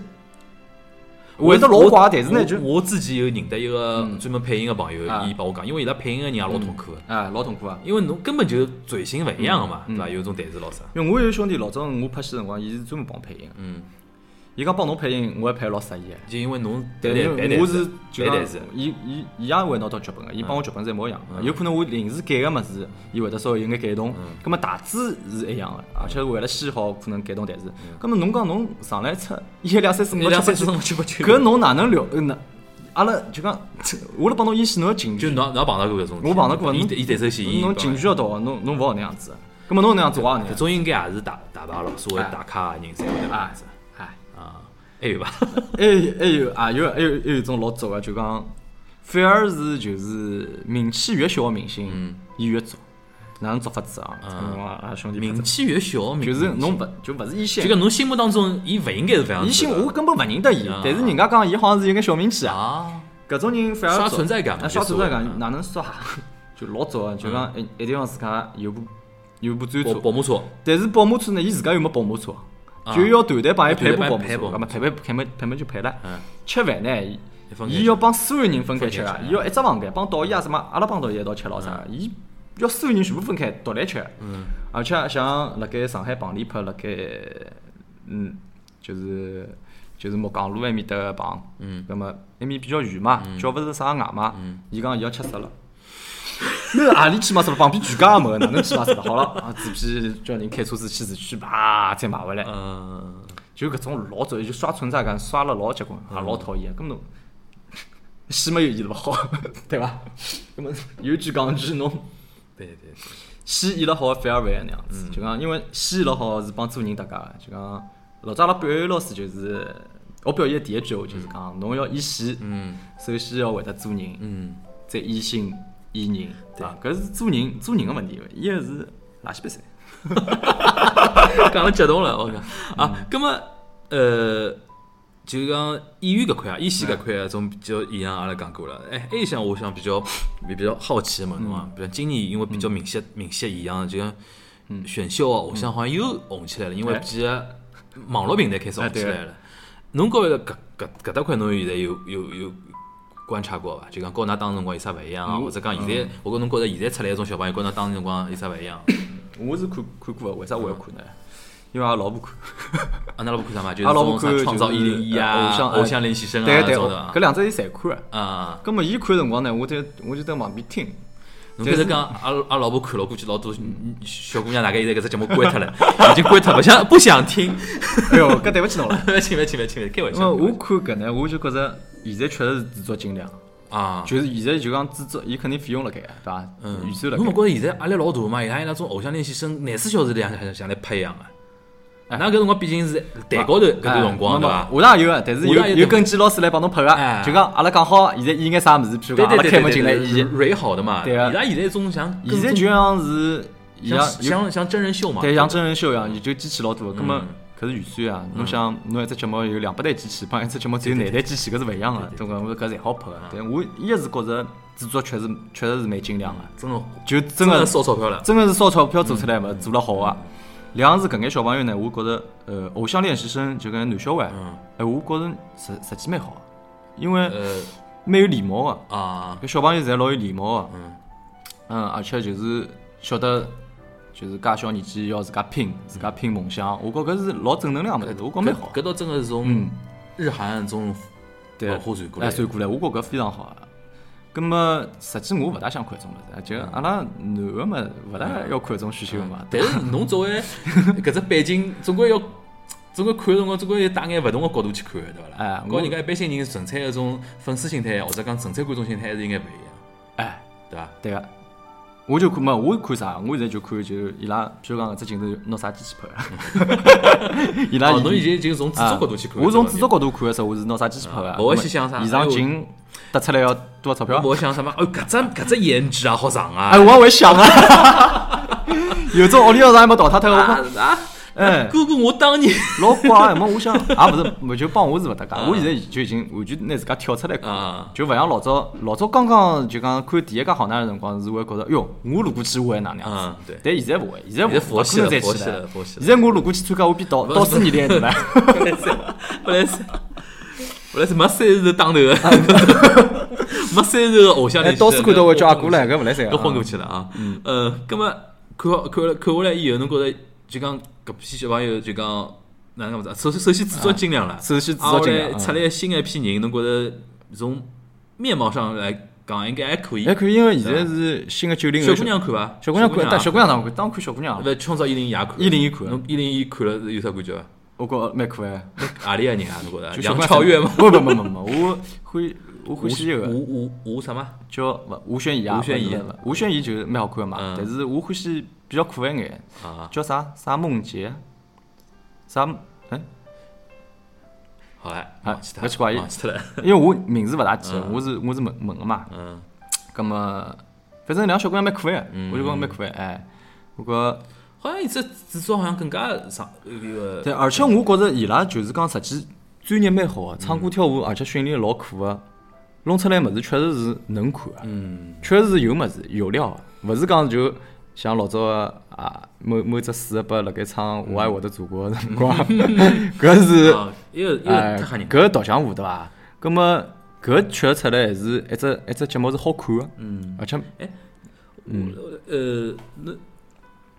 S2: 我
S3: 会得老怪，但是
S2: 我
S3: 呢就嗯
S2: 我之前有认得一个专门配音个朋友，
S3: 啊
S2: 伊帮我讲，因为伊拉配音个人也老痛苦个，
S3: 哎老痛苦啊。
S2: 因为侬根本就嘴型勿一样个嘛，
S3: 嗯
S2: 对伐？有种台词老啥。
S3: 因为我有个兄弟，老早我拍戏辰光，伊是专门帮我配音的。
S2: 嗯，
S3: 伊讲帮侬配音，我还配得老适意的。
S2: 就因为侬
S3: 但
S2: 对对
S3: 因为
S2: 对，
S3: 我是就
S2: 对
S3: 讲
S2: 台词，
S3: 伊伊伊也会拿到剧本
S2: 嗯
S3: 个，伊帮我剧本是一模一样的。有可能我临时改个物事，伊会得稍微有眼改
S2: 嗯
S3: 动。葛么大致是一样个，而且为了戏好，可能改动台词。葛么侬讲侬上来出一二两三四五
S2: 嗯一
S3: 六
S2: 两
S3: 七八
S2: 三
S3: 九
S2: 四，五七八九，
S3: 搿侬哪能聊？呃，哪阿拉就讲， *laughs* 我辣帮侬演戏，侬要情
S2: 就
S3: 绪，
S2: 侬侬也碰到过搿种事体，
S3: 我碰到过
S2: 伊
S3: 侬
S2: 伊台词戏，伊
S3: 侬情绪要到个，侬侬勿好那样子。葛么侬那样子，我也那
S2: 搿
S3: 样子。
S2: 种应该也是大大牌了，所谓
S3: 哎
S2: 大咖的人才会得搿
S3: 哎
S2: 样子
S3: 哎。
S2: 啊，还
S3: *laughs*
S2: 有伐？
S3: 还有还有啊，有还有还有一种老早个，就讲反而是就是名气越小个明星，伊越早。哪能做法子啊？
S2: 嗯
S3: 啊兄弟，
S2: 名气越小，名
S3: 就是侬勿就勿是一线
S2: 就，讲侬心目当中，伊勿应该是搿样子的。
S3: 一线我根本勿认得伊
S2: 啊，
S3: 但是人家讲伊好像是有眼小名气啊。
S2: 啊，
S3: 搿种人反而
S2: 刷
S3: 早
S2: 存在感嘛
S3: 啊刷
S2: 就所嗯
S3: 存
S2: 谓
S3: 在
S2: 的
S3: 感哪能刷？啊就老早个，就讲一一定要自家有部有部专
S2: 宝
S3: 车，
S2: 宝马车，
S3: 但是宝马车呢，伊自家又没宝马车，就要团队帮伊配
S2: 啊团队帮
S3: 部搞
S2: 伊配
S3: 错，
S2: 部
S3: 那么啊配配配么配么就配了
S2: 嗯。
S3: 吃饭呢
S2: 一分，钱
S3: 伊要帮所有人分开吃
S2: 分
S3: 啊
S2: 开，吃
S3: 伊要一只房间帮导演啊什么，阿拉帮导演一道吃咯啥，伊要所有人全部分开独立吃。而且像辣盖上海棚里拍辣盖，嗯，就是就是木港路埃面搭个棚，嗯，那么埃面比较远嘛，叫勿是啥外卖，伊讲伊要吃死了。 *laughs* 那阿里去买死了？旁边全家也没，哪能去买死了？好了，啊，纸皮叫人开车子去市区啪，再买回来。
S2: 嗯，
S3: 就搿种老早就刷存在感刷了老结棍，也老讨厌。搿么 *laughs* 侬先没有伊拉勿好， *laughs* 对伐？搿么有句讲句侬
S2: 对对对，
S3: 先伊拉好反而勿爱那样
S2: 嗯
S3: 子，就讲因为先伊拉好是帮做人搭界个，就讲老早阿拉表演老师就是我表演的第一句话就是讲侬要以先，
S2: 嗯
S3: 首先要会得做人，
S2: 嗯，
S3: 再以心以人，对伐？搿是做人做人个问题，一个是垃圾比赛。
S2: 讲了激动了，我讲
S3: 嗯
S2: 啊，葛么呃，就讲演员搿块啊，演戏搿块
S3: 嗯
S2: 啊，种比较一样，阿拉讲过了。哎，还有一项我想比较比比较好奇的问侬
S3: 嗯
S2: 啊，比如今年因为比较明显明显一样，就讲
S3: 嗯
S2: 选秀啊，偶像好像又红起来了，因为
S3: 哎
S2: 毕竟网络平台开始红起来了。侬觉着搿搿搿搭块侬现在有有有观察过伐？就讲跟㑚当时辰光有啥勿一样啊？
S3: 嗯
S2: 或者讲现在，我觉侬觉着现在出来一种小朋友跟㑚当时辰光有啥勿一样？
S3: 我是看看过个，为啥我要看呢？因为阿拉老婆看。
S2: 阿拉老婆看啥嘛？就是
S3: 阿拉老婆
S2: 这种啥
S3: 看
S2: 创造
S3: 就
S2: 一
S3: 是
S2: 零一啊，
S3: 呃
S2: 偶
S3: 偶像
S2: 像偶像练习生啊，
S3: 对对，哦
S2: 种
S3: 我
S2: 的
S3: 搿
S2: 啊
S3: 两只伊侪看个。
S2: 啊。
S3: 葛末伊看辰光呢，我就我就在旁边听。
S2: 侬
S3: 但
S2: 开
S3: 是
S2: 始讲阿拉阿拉老婆看了，估计老多嗯小姑娘大概现在搿只节目关脱了， *laughs* 已经关脱了，不想不想听。 *laughs*
S3: 哎哟，搿对勿起侬了。
S2: 勿请勿请勿请勿开玩
S3: 因为
S2: 笑。
S3: 我看搿呢，我就觉着现在确实是制作精良，
S2: 啊，
S3: 就是现在就讲制作，伊肯定费用辣盖，对伐？
S2: 嗯，
S3: 预算辣
S2: 侬
S3: 盖
S2: 勿。觉着现在压力老大嘛？像伊拉种偶像练习生，廿四小时里向向向来拍一样啊。
S3: 哎
S2: 㑚搿辰光毕竟是台高头搿段辰光对伐？
S3: 我也有啊，但是
S2: 下趟
S3: 有
S2: 也有
S3: 有跟监老师来帮侬拍
S2: 哎
S3: 个，就讲阿拉讲好，现在演眼啥物事，譬如
S2: 对对
S3: 讲阿拉
S2: 对
S3: 开
S2: 对
S3: 门
S2: 对，
S3: 进来演，
S2: 蕊好的嘛。
S3: 对啊
S2: 伊拉现在种像
S3: 现在就像是伊拉
S2: 像像
S3: 有
S2: 像真人嗯秀嘛。
S3: 对，像真人秀一样，就机器老多。葛么搿是预
S2: 嗯
S3: 算啊！侬想，侬一只节目有两百台机器，帮一只节目只有廿台机器，搿是勿一样个。
S2: 对啊
S3: 懂伐？我搿侪好拍个。但我一直觉着制作确实确实是蛮精良个，啊
S2: 嗯真的
S3: 就真
S2: 的
S3: 个
S2: 烧嗯钞票了。
S3: 真个是烧钞票做出来个，做了好个。两是搿眼小朋友呢，我觉着呃，偶像练习生就搿男小孩
S2: 嗯，
S3: 哎，我觉着实实际蛮好的，因为
S2: 呃
S3: 蛮有礼貌个。
S2: 啊，
S3: 搿小朋友侪老有礼貌啊个，
S2: 嗯
S3: 嗯，而且就是晓得，就是介小年纪要自家拼，自家拼梦想，我觉搿是老正能量个物事，我觉蛮好
S2: 搿。搿倒真个是从
S3: 嗯，
S2: 日韩种
S3: 对，
S2: 文化传过来
S3: 哎，。传过来，我觉搿非常好啊。葛末实际我勿大想看种物事，就阿拉男个嘛，勿大要看种需求嘛。
S2: 但是侬作为搿只背景，总归要总归看的辰光，总归要带眼勿同个角度去看的，对伐？啦？
S3: 哎
S2: 跟
S3: 我
S2: 人家一般性人纯粹一种粉丝心态，或者讲纯粹观众心态，还是应该勿一样，
S3: 哎，
S2: 对伐？
S3: 对个。我就看嘛，我看啥？我现在就看，就是伊拉，譬如讲，搿只镜头拿啥机器拍的？ *laughs* 伊拉
S2: 哦，侬现在就从制作角度去看。
S3: 啊我从制
S2: 对伐
S3: 作角度看的时候，我是拿啥机器拍的？
S2: 啊勿会去想啥
S3: 现场景搭出来要多少钞票？
S2: 我想什么？哦，搿只搿只颜值啊，好上
S3: 哎，
S2: 啊！
S3: 我也会想啊。 *laughs* 有种屋里要啥也没淘汰脱，我讲
S2: 啊啊！
S3: 哎
S2: 哥哥，我当年
S3: 老怪。没，我想也不是，我就帮我是勿搭界。我现在就已经完全拿自家跳出来看
S2: 啊，
S3: 就勿像老早，老早刚刚就讲看第一家好男人的辰光，是会觉着，哟，我如果去，我会哪能样
S2: 嗯
S3: 子？
S2: 对
S3: 但现在勿会，现在
S2: 现在
S3: 勿
S2: 佛
S3: 可
S2: 系了
S3: 能再
S2: 佛
S3: 去
S2: 系了
S3: 了。
S2: 佛系了
S3: 现在我如果去参加，我比
S2: *laughs*
S3: 导
S2: 不
S3: 导师年龄还大。
S2: 本来是，本来是，本来是没三十当头的，没三十个偶像
S3: 哎，
S2: 练习生。
S3: 导师看到我叫阿哥
S2: 来，
S3: 来，搿勿来三个。
S2: 搿混过去了啊。呃，葛么看好看了看下来以后，侬觉着就讲搿批小朋友就讲哪能讲法子啊？首先首先制作精良了，
S3: 首先制作精良
S2: 啊后来出来新的一批人，侬觉着从面貌上来讲应该还可以
S3: 还。可以，因为现在是新的九零
S2: 小姑娘看伐？
S3: 小姑娘
S2: 看
S3: 看，，但小姑娘当然看，当然看小姑娘啊了。
S2: 勿创造一零一也看，
S3: 101看
S2: 侬一零一看了有啥感觉伐？
S3: 我觉蛮可爱。
S2: 何里个人啊？侬觉着
S3: 就小
S2: 梁
S3: 姑娘
S2: 朝月吗？
S3: 不不不不不，我欢我欢喜一
S2: 吴
S3: 个
S2: 吴吴吴什么？
S3: 叫勿吴宣仪啊，
S2: 吴宣仪
S3: 不是，不是吴宣仪就是蛮好看的
S2: 嗯
S3: 嘛。但是我欢喜比较可爱眼
S2: 啊，
S3: 叫啥啥梦洁，啥哎，
S2: 好嘞，
S3: 啊
S2: 忘记他，
S3: 不奇怪
S2: 忘记他了。
S3: 因为我名字勿大记，
S2: 嗯
S3: 我是我是问问个嘛。
S2: 嗯，
S3: 葛么，反正两个小姑娘蛮可爱的，我就觉得蛮可爱。哎，我觉。
S2: 好像这制作好像更加上那个
S3: 对，而且我觉着伊拉就是讲实际专业蛮好个，唱歌跳舞，而且训练老苦啊个，弄出来物事确实是能看个，
S2: 嗯，
S3: 啊确实是有物事有料个，勿是讲就像老早啊某某只水把辣盖唱《我爱我的祖国》的
S2: *laughs*
S3: 辰光，搿是
S2: 啊，一个一
S3: 哎
S2: 个太吓人。
S3: 搿独享户对伐？葛末搿确出来是一只一只节目是好看个，嗯，而且
S2: 我呃，侬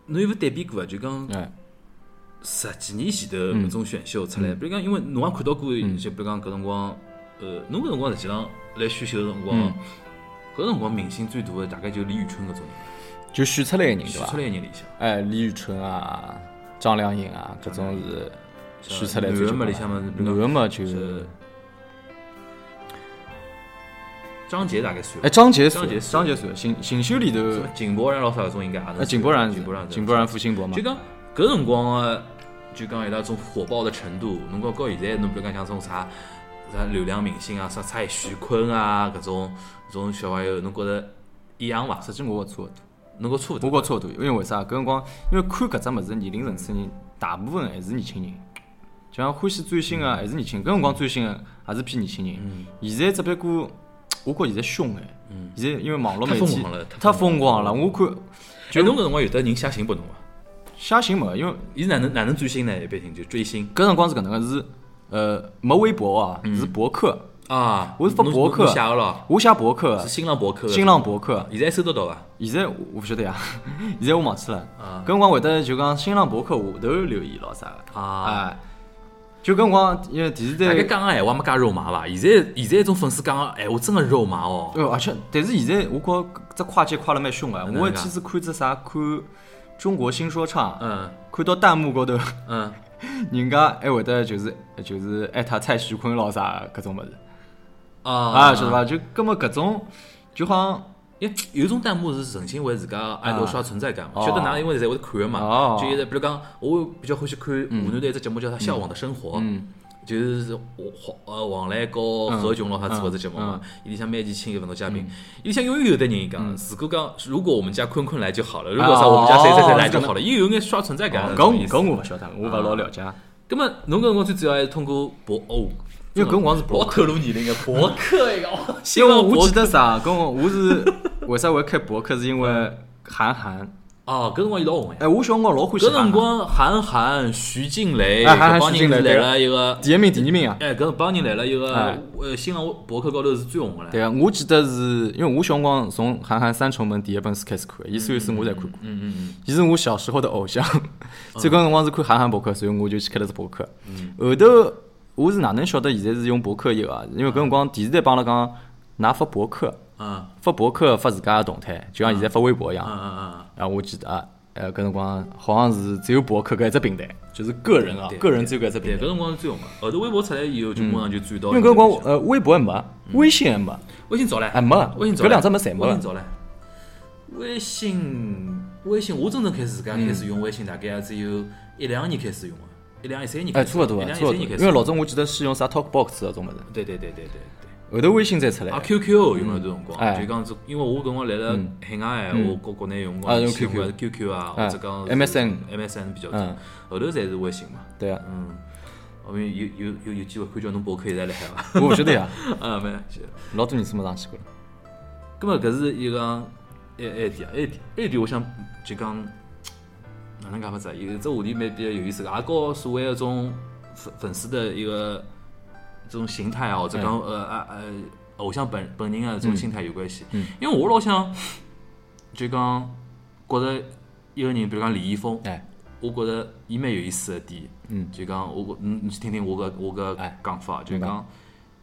S2: 侬有没有对比过啊？就讲
S3: 哎
S2: 十几年前头搿种选秀出来，比如讲，因为侬也看到过，就比如讲搿辰光，呃，侬搿辰光实际上来选秀的辰光，搿辰光明星最大的大概就李宇春搿种人，
S3: 就选出来个人对
S2: 选
S3: 伐
S2: 出？来的人里向，
S3: 哎，李宇春啊，张靓颖啊，搿种是选出来
S2: 男
S3: 最
S2: 的
S3: 结
S2: 嘛
S3: 棍
S2: 里向嘛，比
S3: 男
S2: 如
S3: 个
S2: 讲
S3: 嘛就是是，
S2: 张杰大概算
S3: 哎，，张杰
S2: 张杰
S3: 算张杰算新新秀里头，
S2: 什么井柏然老啥搿种应该也能
S3: 哎，
S2: 算，
S3: 井柏然
S2: 井柏然，
S3: 井柏然付辛博嘛
S2: 就，讲搿辰光个，就讲伊拉种火爆的程度，侬讲告现在侬比如讲像种啥啥流量明星啊，啥蔡徐坤啊搿种搿种小朋友，侬觉着一样伐？
S3: 实际我觉着
S2: 能够差勿
S3: 我
S2: 多？
S3: 觉差勿多，因为为啥？搿辰光，因为看搿只物事年龄层次，大部分还是年轻人，就像欢喜追星啊个还是年轻人。搿辰光追星个还是偏年轻人。现在只不过，我觉现在凶哎，现在因为网络媒
S2: 太疯
S3: 体
S2: 狂了
S3: 太
S2: 太
S3: 疯
S2: 疯
S3: 狂
S2: 狂
S3: 了。
S2: 了
S3: 我看
S2: 就哎侬搿辰光有得人写信拨侬伐？
S3: 写信没，因为
S2: 伊是哪能哪能追星呢？一般性就追星
S3: 搿辰光是搿能个是，呃，没微博啊，
S2: 嗯
S3: 是博客。
S2: 啊，
S3: 我是发
S2: 侬
S3: 博客
S2: 侬写个咯，
S3: 我写博客
S2: 是，新浪博客，
S3: 新浪博客。
S2: 现在还收得到啊伐？
S3: 现在我我勿晓得呀， *laughs* 现在我忘记了
S2: 啊。
S3: 搿辰光会得就讲新浪博客下头留言咯啥个，
S2: 啊
S3: 哎，就搿辰光因为电视
S2: 大
S3: 台
S2: 概讲个闲话没介肉麻伐？现在现在种粉丝讲个闲话真个肉麻哦。
S3: 呃，而且，但是现在我觉这跨界跨了蛮凶个。
S2: 哪
S3: 我一
S2: 能
S3: 天
S2: 讲
S3: 子看只啥看《中国新说唱》，
S2: 嗯
S3: 看到弹幕高头， *laughs*
S2: 嗯，
S3: 人家还会得就是就是艾特蔡徐坤咯啥搿种物事
S2: 啊
S3: 啊，晓得伐？就根本搿种就好像
S2: 哎，有种弹幕是诚心为自家爱豆刷存在感嘛，
S3: 哦
S2: 晓得㑚因为侪会看个
S3: 哦嗯
S2: 嘛，就现在比如讲，我比较欢喜看湖南的一只节目叫啥《向往的生活》，就是黄呃黄磊和
S3: 嗯
S2: 何炅咯啥做的只节目嘛，伊里向每期请一个勿同嘉宾，伊里向永远有的人讲，
S3: 嗯
S2: 如果讲如果我们家坤坤来就
S3: 啊
S2: 好了，如果啥我们家谁谁谁来就好了，
S3: 哦
S2: 伊有眼刷存在感
S3: 搿
S2: 的
S3: 我
S2: 意思啊
S3: 搿。我勿晓得，我勿老了解。
S2: 咁么侬搿辰光最主要还是通过博哦，
S3: 因为搿辰光是博
S2: 老透露年龄个博
S3: *laughs*
S2: 客一个，哦
S3: 因
S2: 新
S3: 为
S2: 浪博
S3: 我
S2: 客
S3: 记得啥，跟我我是为啥会开博客，是因为韩寒。
S2: 哦，搿辰光伊老红呀。
S3: 哎，我小辰光老欢喜
S2: 搿
S3: 韩寒。
S2: 辰光，韩寒、徐静蕾，
S3: 哎韩寒
S2: 搿帮
S3: 徐静
S2: 人
S3: 蕾
S2: 是来
S3: 对
S2: 了一个，
S3: 第一名、第二名啊。
S2: 哎，搿帮人来了一个
S3: 哎，
S2: 呃，新浪博客高头是最红个唻。
S3: 对个，我记得是因为我小辰光从《韩寒三重门》第一本书开始看的，伊所有书我侪看过。嗯嗯嗯。伊是我小时候的偶像，
S2: 嗯
S3: *laughs* 所以搿辰光是看韩寒博客，所以我就去开了只博客。后头我是哪能晓得现在是用博客一个啊？因为搿辰光电视台帮阿拉讲，㑚发博客，
S2: 嗯
S3: 发博客发自家的动态，就像现在发微博一样。
S2: 嗯嗯
S3: 啊，我记得啊，呃，搿辰光好像是只有博客搿一只平台，就是个人啊
S2: 对，
S3: 个人只有搿一只
S2: 嗯，对，
S3: 平
S2: 搿
S3: 台。
S2: 辰光是最红个。后头微博出来以后，就马上就转到。
S3: 嗯因为搿辰光，呃，微博还没，微信还没。
S2: 微信早唻，
S3: 哎没了
S2: 嗯微信早唻，
S3: 搿两只没侪没了
S2: 微信早唻，微信，微信，我真正开始自家
S3: 嗯
S2: 开始用微信，大概也只有一两年开始用个，啊一两一三年开
S3: 哎，
S2: 始，
S3: 差勿多
S2: 一
S3: 啊，
S2: 两一
S3: 差勿
S2: 三
S3: 多。
S2: 年开
S3: 因
S2: 始，
S3: 为老早我记得是用啥 Talkbox 搿种物事，
S2: 对对对对对对。
S3: 后头微信再出来
S2: 啊。QQ 用了段辰
S3: 哎嗯
S2: 光，就讲是，因为我搿辰光来了海外，我国国内用辰
S3: 啊
S2: 光
S3: 用
S2: 是
S3: QQ
S2: 的 QQ 啊，
S3: 哎
S2: 或者讲
S3: MSN
S2: MSN 比较
S3: 嗯
S2: 多，后头才是微信嘛。
S3: 对啊，
S2: 嗯，后面有有有有机会看叫侬博客现在辣海伐？
S3: 我勿晓得呀，
S2: *laughs* 啊，没，是
S3: 老多年数没上去过了。
S2: 葛么搿是一个一一点啊，一点一点，我想就讲哪能讲法子啊？有只话题蛮比较有意思个，也和所谓个种粉粉丝的一个这种形态啊，或者讲呃啊呃偶像本本人啊这种心态有关系。因为我老想就讲觉着一个人，比如讲李易峰，
S3: 哎，
S2: 我觉着伊蛮有意思个点，
S3: 嗯
S2: 就讲我觉侬侬去听听我个我个
S3: 哎
S2: 讲法，就
S3: 明白
S2: 讲，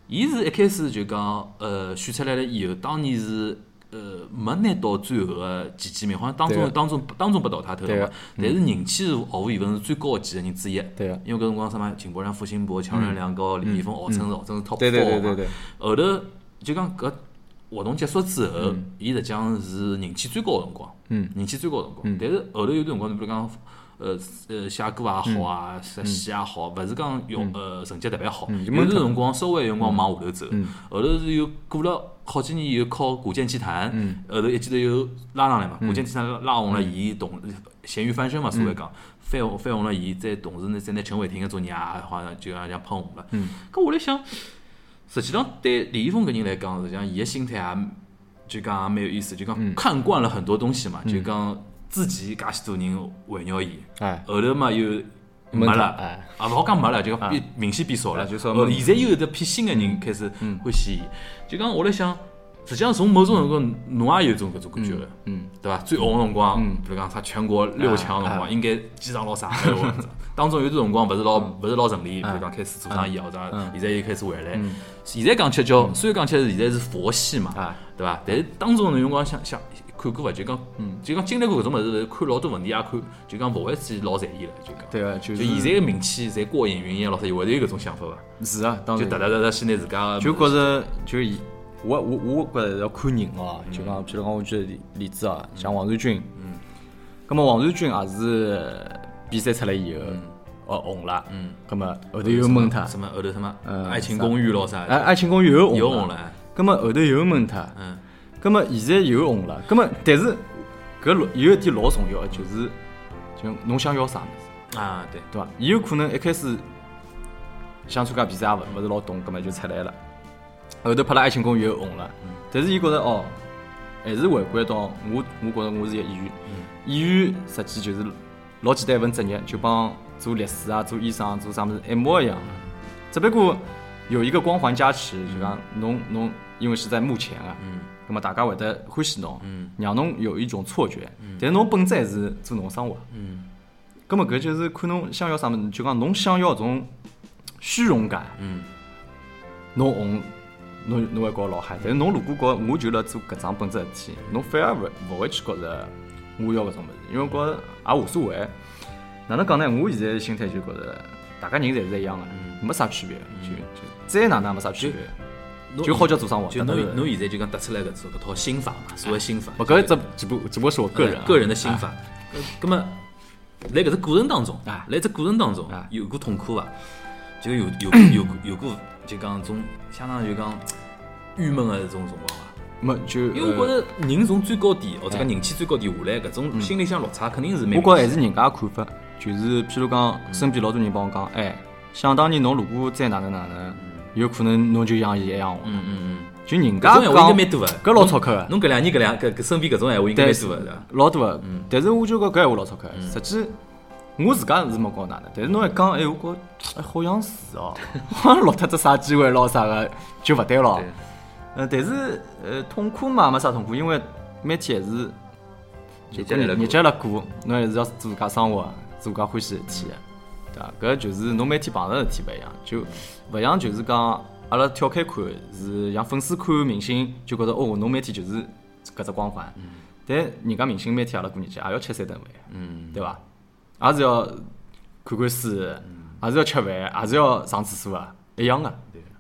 S2: 伊是一开始就讲，呃，选出来了以后，当年是呃没拿到最后个前几名，好像当
S3: 对
S2: 中
S3: 个
S2: 当中当中被淘汰脱
S3: 对
S2: 了
S3: 个
S2: 嘛，但是人气是毫无疑问是最高个几个人之一，
S3: 对啊个
S2: 因为搿辰光啥嘛，井柏然、付辛博、乔任梁和李易峰号称是号称是 top
S3: 对对
S2: four
S3: 对
S2: 嘛
S3: 对对，
S2: 后头就讲搿活动结束之后，伊实际上是人气最高个辰光，
S3: 嗯，
S2: 人气最高个辰光。但是后头有段辰光，比如讲，呃呃，写歌也好啊，啥戏也好，勿是讲用呃成绩特别好，
S3: 嗯就
S2: 有
S3: 闷
S2: 段
S3: 脱
S2: 辰光稍微有辰
S3: 嗯
S2: 光往下头走，后头是有过了好几年以后靠《古剑奇谭》，
S3: 嗯
S2: 后头一记头又拉上来嘛，《古剑奇谭》拉红了伊同咸鱼翻身
S3: 嗯
S2: 嘛，所谓讲。翻红翻红了，伊再同时呢，再拿陈伟霆搿种人也啊好像就像像捧红了。嗯，搿我来想，实际上对李易峰搿人来讲，实际上伊个心态也就讲也蛮有意思，就讲看惯了很多东西嘛，就讲之前介许多人围绕伊，
S4: 哎
S2: 后头嘛又没
S4: 闷脱
S2: 了，
S4: 哎
S2: 啊勿好讲没了，就讲变明显变少了。
S3: 哎就
S2: 后
S3: 说嗯
S2: 头
S3: 闷
S2: 现在又有得批新的人开始欢喜伊，就讲我辣想，实际上从某种程度，侬也有种搿种感觉的，
S3: 嗯，啊
S2: 对伐？最红的辰光，比如讲啥全国六强的辰光，应该机场老啥开
S3: *laughs*
S2: 话，当中有段辰光勿是老
S3: 嗯
S2: 勿是老顺利，比如讲开始做生意啊，或者现在又开始回来。
S3: 嗯
S2: 现在讲起来叫，虽然讲起来现在是佛系嘛，
S3: 啊
S2: 对伐？但是当中侬有辰光想想看过伐？就讲，嗯就讲经历过搿种物事，看老多问题也看，就讲勿会去老在意了，就讲。
S3: 对个，就
S2: 就是现在个名气，侪过眼云烟老啥，有会得有搿种想法伐？
S3: 是啊，当
S2: 就
S3: 然
S2: 哒哒哒哒，先拿自家的
S3: 就觉着就伊，我我我觉着要看人哦，就
S2: 嗯
S3: 讲譬如讲，我举个例例子啊，像王传君，嗯，葛么王传君也是比赛出来以后，
S2: 嗯
S3: 哦红了，嗯，葛么后头又问他，
S2: 什么后头什么
S3: 嗯
S2: 爱情公寓咯啥
S3: 哎，，爱情公寓又红
S2: 又红了，
S3: 葛么后头又问他，
S2: 嗯
S3: 葛么现在又红了，葛么但是搿老有一点老重要的就是，就侬想要啥物事。
S2: 啊对，
S3: 对伐？伊有可能一开始想参加比赛也勿勿是老懂，葛么就出来了。后头拍了《爱情公寓》又红了，
S2: 嗯
S3: 但是伊觉着哦，还是回归到我，我觉着我是一个演员。
S2: 嗯
S3: 演员实际就是老简单一份职业，就帮做律师啊、做医生、啊、做啥物事一模一样，
S2: 嗯
S3: 只不过有一个光环加持，就讲侬侬因为是在幕前啊，
S2: 嗯
S3: 葛么大家会得欢喜侬
S2: 嗯，
S3: 让侬有一种错觉，但是侬本质还是做侬生活。
S2: 嗯
S3: 葛么搿就是看侬想要啥物事，就讲侬想要种虚荣感，
S2: 嗯
S3: 侬红，侬侬会觉得老嗨。但是侬如果觉得我就辣做搿桩本质事体，侬反而勿勿会去觉着我要搿种物事，因为我觉着也无所谓。哪能讲呢？我现在的心态就觉着，大家人侪是一样的，没啥区别，就就再哪能也没啥区别，
S2: 侬
S3: 就好叫做生活。
S2: 就
S3: 哪
S2: 侬
S3: 能是
S2: 侬现在就讲得出来搿种搿套心法嘛，所谓心法，
S3: 勿搿只只哎不只不过是我个人啊
S2: 个人的心法。
S3: 哎
S2: 搿么，辣搿只过程当中，
S3: 啊
S2: 辣只过程当中
S3: 啊
S2: 有过痛苦伐？就有有有有过就讲种相当于讲郁闷的这种辰光伐？
S3: 没就
S2: 因为我觉
S3: 呃
S2: 着人从最高点或者讲人气最高点下来，搿种心里向落差肯定是蛮
S3: 嗯我
S2: 明
S3: 觉
S2: 显的。
S3: 着还是人家看法，就是譬如讲，
S2: 嗯
S3: 身边老多人帮我讲，哎，想当年侬如果再哪能哪能，有可能侬就像伊一样哦。
S2: 嗯嗯嗯，
S3: 就人
S2: 搿
S3: 家
S2: 种闲话应该，
S3: 讲
S2: 蛮多嗯的。
S3: 搿老操克的，
S2: 侬搿两年搿两搿搿身边搿种闲话应该蛮多的，对伐？
S3: 老多的。
S2: 嗯
S3: 但是我就觉搿闲话老操克的，实际我自家是没觉哪能，但是侬一讲，哎，我觉哎好像是
S2: *laughs*
S3: 哦，好像落脱只啥机会咯啥个就勿对咯
S2: 对。
S3: 呃，但是呃，痛苦嘛没啥痛苦，因为每天还是
S2: 日节
S3: 节
S2: 辣辣
S3: 日
S2: 过
S3: 节辣过，侬还是要做自家生活，啊做自家欢喜的事体的，对伐？搿就是侬每天碰着的事体勿一样，就勿像就是讲阿拉跳开看，是像粉丝看明星就觉着哦，侬每天就是搿只光环，但人家明星每天阿拉过日节也要吃三顿饭，啊
S2: 嗯，
S3: 对伐？也是要看看书，也是要吃饭，也是要上厕所啊，一样的。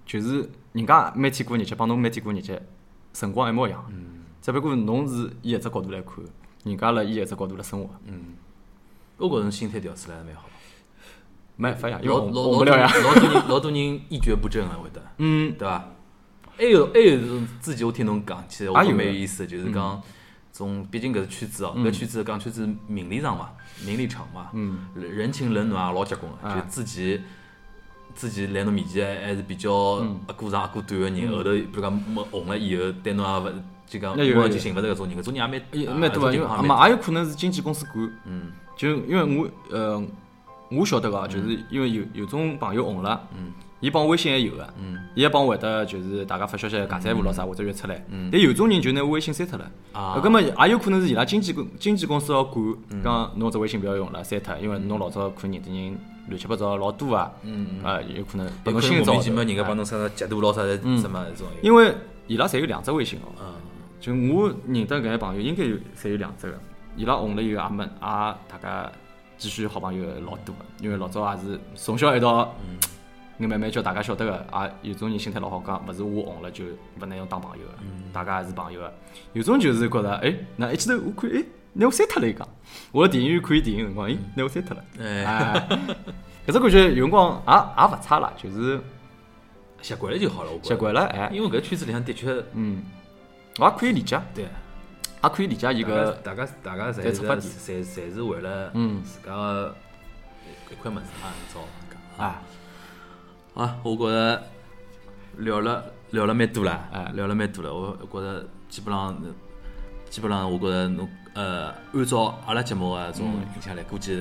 S3: 就是人家每天过日节，帮侬每天过日节，辰光一模一样。
S2: 嗯
S3: 只不过侬是以一只角度来看，人家辣以一只角度来生活，
S2: 嗯我觉着心态调起来还蛮好。
S3: 没办法呀，因为
S2: 老
S3: 红
S2: 老
S3: 红
S2: 老
S3: 不
S2: 多
S3: 了
S2: 人
S3: 呀。
S2: 老多人老多人一蹶不振了，会得，
S3: 嗯，
S2: 对伐？还有还有种之前我听侬讲起来，我
S3: 也
S2: 觉得
S3: 有
S2: 蛮
S3: 的
S2: 有意思的，就是讲种毕竟搿是圈子哦，搿圈子讲圈子名利场嘛，名利场嘛，
S3: 嗯
S2: 人人情冷暖也老结棍个，
S3: 啊
S2: 就之前之前来侬面前还是比较阿哥长阿哥短个人，后头比如讲没红了以后，对侬也勿就讲
S3: 那有有
S2: 我已经
S3: 有
S2: 寻勿着搿种人，搿种人也
S3: 也
S2: 蛮
S3: 蛮多
S2: 啊
S3: 啊，因
S2: 搿种情
S3: 为
S2: 况也蛮
S3: 嘛也有可能是经纪公司管。
S2: 嗯，
S3: 就因为我呃，我晓得个啊，
S2: 嗯
S3: 就是因为有有种朋友红了，嗯，伊帮我微信还有个，嗯，伊还帮我会得就是大家发消息尬三胡咯啥或者约出来，嗯，但有种人就拿微信删脱了，
S2: 啊
S3: 搿么也有可能是伊拉经纪公经纪公司要管，
S2: 嗯
S3: 讲侬只微信不要用了，删脱，因为侬老早看认得人乱七八糟老多啊，嗯啊，有可能拨
S2: 有可
S3: 侬
S2: 能
S3: 新
S2: 莫
S3: 招
S2: 名其妙人家帮
S3: 侬，
S2: 侬啥啥截图咯啥的什么这种，
S3: 因为伊拉侪有两只微信哦，
S2: 嗯
S3: 就我认得搿眼朋友，应该有侪有两只个。伊拉红了以后，也没也大家继续好朋友老多个，因为老早也是从小一道，眼慢慢叫大家晓得个，啊也有种人心态老好讲，勿是我红了就勿拿侬当朋友个，大家也是朋友个。有种就是觉着，哎，那一记头我看，哎，拿我删脱了一个。我辣电影院看电影辰光，哎，拿我删脱了。
S2: 哎，
S3: 哎，搿只感觉有辰光也也勿差啦，就是
S2: 习惯了就好了，我觉
S3: 习
S2: 得
S3: 惯了，哎，
S2: 因为搿圈子里向的确，
S3: 嗯，我也可以理解，
S2: 对，
S3: 也可以理解伊
S2: 一
S3: 个。
S2: 大家大家
S3: 在
S2: 侪是
S3: 出发点
S2: 侪侪是为了
S3: 嗯
S2: 自家的一块物事啊，照讲
S3: 啊，
S2: 啊，我觉着聊了聊了蛮多了，
S3: 哎
S2: 聊了蛮多了，我我觉着基本上基本上我觉着侬呃，按照阿拉节目个种影响力，估计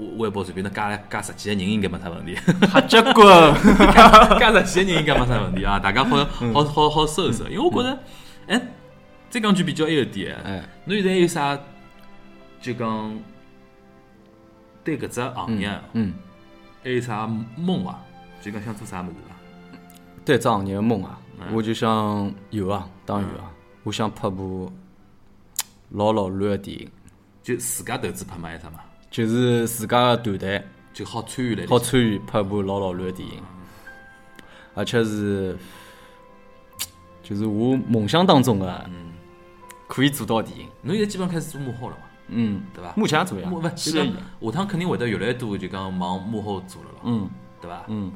S2: 微微博随便能加加十几个人应该没啥问题，
S3: 瞎结棍，
S2: *laughs* 加加十几个人应该没啥问题啊，大家好
S3: 嗯
S2: 好好好收收，因为我觉着，哎，再讲句比较有点
S3: 哎
S2: 的，侬现在有啥就讲对搿只行业
S3: *laughs* 嗯，
S2: 还有啥梦伐？就讲想做啥物事啊伐？
S3: 对这行业的梦啊，
S2: 嗯
S3: 我就想有啊，当然有啊，我想拍部老老卵的电影，
S2: 就自家投资拍嘛，还是啥嘛？
S3: 就是自家的团队
S2: 就好参与来。
S3: 好参与拍部老老卵的电影，而且是就是我梦想当中的
S2: 嗯
S3: 可以做到的电影，
S2: 侬现在基本上开始做幕后了嘛，
S3: 嗯，
S2: 对伐？
S3: 目前也做呀
S2: 幕，不，就
S3: 现在
S2: 讲下趟肯定会得越来越多，就讲往幕后做了咯，
S3: 嗯
S2: 对伐？
S3: 嗯，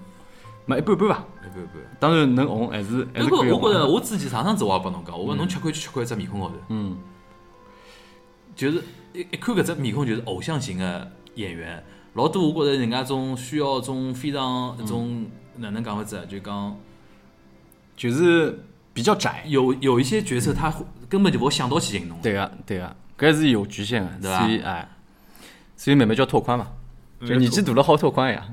S3: 嘛一般般吧，
S2: 一般般。
S3: 当然能红还是还
S2: 不
S3: 是
S2: 过
S3: 可以
S2: 我
S3: 红啊
S2: 觉着
S3: 的，
S2: 我之前上趟子我也帮侬啊讲，我讲侬吃亏就吃亏一只面孔高头，
S3: 嗯
S2: 就是一一看搿只面孔就是偶像型的演员，老多我觉着人家种需要种非常
S3: 嗯
S2: 一种哪能讲法子啊，就讲
S3: 就是比较窄。
S2: 有有一些角色他根本就勿想到去行动。
S3: 嗯对个、啊对个、搿是有局限的，
S2: 对吧
S3: 所以哎，所以慢慢叫拓宽嘛，就年纪大了好拓宽呀。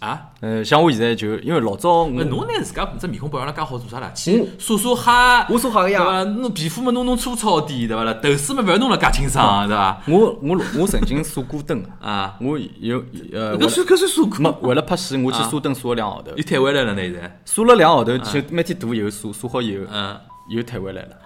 S2: 啊，
S3: 呃，像我现在就因为老早我
S2: 那侬拿自家只面孔保养了介好做啥啦？去晒晒黑，
S3: 嗯我晒黑呀
S2: 对伐？侬皮肤嘛弄弄粗糙点，对伐啦？头饰嘛勿要弄了介清爽，对伐？
S3: 我我我曾经晒过灯啊， *laughs*
S2: 啊，
S3: 我有呃，
S2: 搿
S3: 为
S2: 算搿算晒
S3: 没
S2: 过，
S3: 为了拍戏，我去晒灯晒了两个号头
S2: 又，退回来了呢现在。
S3: 晒了两个号头，就每天涂油晒，晒好以后
S2: 嗯
S3: 又退回来了。
S2: 啊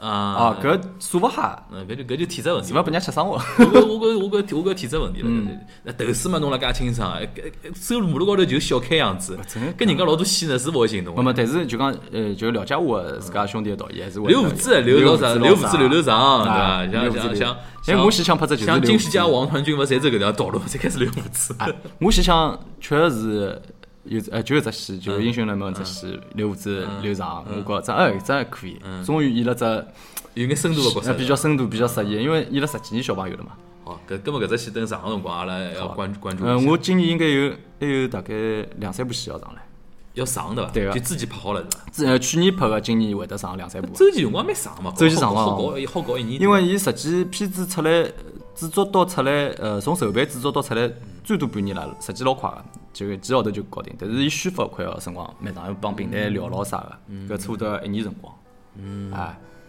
S3: 啊，
S2: 啊，
S3: 搿晒勿哈，
S2: 嗯，搿就搿就体质问题
S3: 是勿
S2: 了。
S3: 拨人家吃生活？
S2: 我搿我搿我搿我搿体质问题
S3: 嗯
S2: 了，搿就那头饰嘛弄了介清爽，哎搿搿走马路高头就小开样子，
S3: 啊真的
S2: 跟人家老多戏呢是勿会行动
S3: 那
S2: 的。
S3: 么，但是就讲呃，就了解我的自家兄弟的导演还是会
S2: 留胡
S3: 的
S2: 子，
S3: 留
S2: 留
S3: 胡
S2: 老
S3: 子
S2: 长，留胡子，留
S3: 老
S2: 留长，对
S3: 啊
S2: 伐？像
S3: 留胡子
S2: 像
S3: 留
S2: 像，
S3: 哎我先想拍只就是
S2: 像
S3: 留
S2: 金
S3: 胡
S2: 世
S3: 子啊
S2: 佳、王传君勿侪走搿条道路，侪开始留胡子。
S3: 我先想，确实是有呃，就有只戏，
S2: 嗯
S3: 就《英雄联盟》只戏，留胡子留长，我觉着哎，真还可以。终于演了只
S2: 有眼嗯深度个角色
S3: 呃。比较深度、比较适宜，因为演了十几年小朋友了嘛。
S2: 好，搿搿么搿只戏等上个辰光，阿拉要关关注
S3: 呃，
S2: 一下。
S3: 我今年应该有还有大概两三部戏要上来。
S2: 要上对伐？
S3: 对个
S2: 就自己拍好了是伐？
S3: 自呃，去年拍的，今年会得上两三部。啊
S2: 周期辰光蛮长嘛，
S3: 周期长了
S2: 好搞好搞一年。
S3: 因为伊实际片子出来，制作到出来，呃，从筹备制作到出来最多半年了，实际老快个，就个几号头就搞定。但是伊宣发搿块个辰光蛮长，要帮平台聊咯啥个，搿差不多一年辰光。嗯，哎。
S2: 也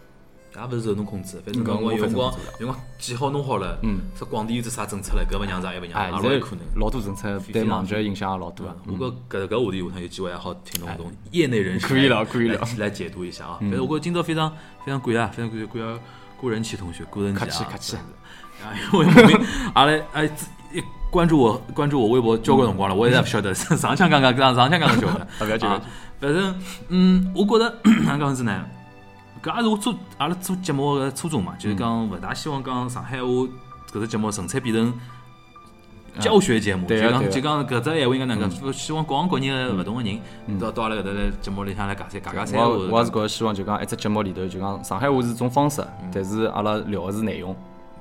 S2: 勿是受侬控制，反正
S3: 嗯
S2: 讲
S3: 我
S2: 我有辰光
S3: 反正控
S2: 有辰光记好弄好了，嗯，说广电有只啥政策了，搿勿让啥，埃勿让
S3: 哎，
S2: 啥，也老
S3: 现在
S2: 有可能。
S3: 老多政策对网剧影响也老大啊。
S2: 我觉搿搿话题下趟有机会还好听侬从业内人士
S3: 可以
S2: 来
S3: 了可以
S2: 来
S3: 了
S2: 来解读一下啊。反正我觉得今朝非常非常感谢啊，非常感谢感谢郭仁奇同学，郭仁奇
S3: 客气
S2: 啊
S3: 客气，
S2: 啊，因为莫名阿拉哎自一关注我关注我微博交关辰光了，我也勿晓得上上腔刚刚上上腔刚刚晓得
S3: 啊不要紧
S2: 啊反正嗯，我觉着哪能讲是呢？搿也是我做阿拉做节目个初衷嘛，就是讲勿大希望讲上海话搿只节目纯粹变成教学节目，就
S3: 对啊对
S2: 讲
S3: 啊嗯
S2: 就讲搿只闲话应该哪能讲？希望各行各业个勿同个人到到阿拉搿搭来节目里向来讲三讲讲三
S3: 我我也
S2: 话
S3: 是，觉着希望就讲一只节目里头就讲上海话是一种方式，但是阿拉聊的是内容。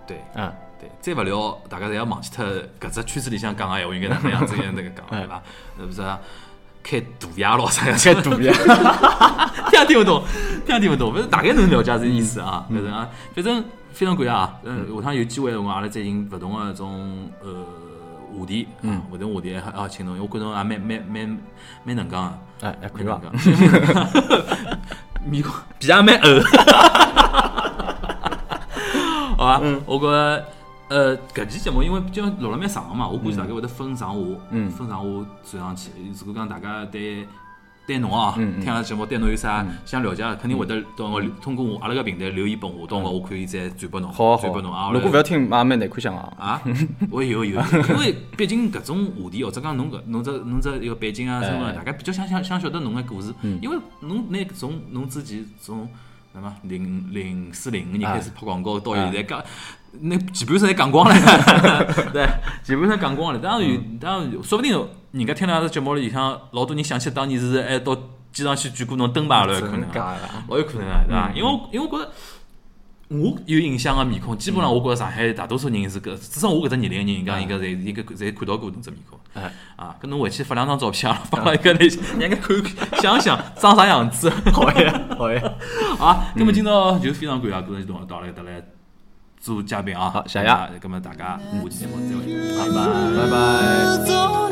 S2: 对。
S3: 嗯，
S2: 对，再勿聊，大家侪要忘记脱搿只圈子里向讲个闲话应该哪能样子样那个讲，
S3: 哎
S2: 对伐？是不是啊开大牙咯啥样子？
S3: 太大了。
S2: 听也听勿懂，听也听勿懂，反正大概能了解这意思啊。反正啊，反正非常感谢啊。嗯，下趟有机会的辰光，阿拉再寻勿同个种呃话题，嗯，勿同话题还啊，请侬，因为我觉着侬也蛮蛮蛮蛮能啊讲个。
S3: 哎，还可以吧？ *laughs*
S2: 面孔皮也蛮厚，好吧？我觉着呃，搿期节目因为毕竟录了蛮长个嘛，我估计大概会得分上下，嗯，分上下转上去。如果讲大家对对侬啊，听了节目对侬有啥想了解的，肯定会得到我留通过我阿拉个平台留言拨我，到辰光我可以再转拨侬，
S3: *laughs* 好好
S2: 转拨侬啊。
S3: 好，如果勿要听，也蛮难看相啊。 *laughs*
S2: 啊，我有有，因为毕竟搿种话题，或者讲侬搿侬只侬只一个背景啊什么
S3: 哎嗯
S2: 的，大家比较想想想晓得侬个故事，因为侬拿搿种侬之前从什么零零四
S3: 啊
S2: 零五年开始拍广告到现在讲。那前半生侪讲光了，
S3: *laughs*
S2: *laughs* 对，前半生讲光了。当然有，
S3: 嗯
S2: 当然有，说不定人家听了阿拉节目里向，老多人想起当年是还到机场去举过侬灯牌了，有可能
S3: 真假
S2: 啊
S3: 的啊，
S2: 老有可能啊，对伐？因为我因为我觉着。我有印象个面孔，基本上我觉着上海大多数人是搿，至少我搿只年龄的人，
S3: 嗯
S2: 讲应该侪应该侪看到过侬只面孔。
S3: 哎，
S2: 啊，搿侬回去发两张照片，啊，放辣一个那，让人家看想想长啥样子。*laughs*
S3: 嗯好呀，好呀。嗯
S2: 啊，那么今朝就非常感谢各位同学到了搿搭来做嘉宾啊。
S3: 好谢谢
S2: 那么大家下期节目再会。
S3: 拜拜拜拜。
S1: 走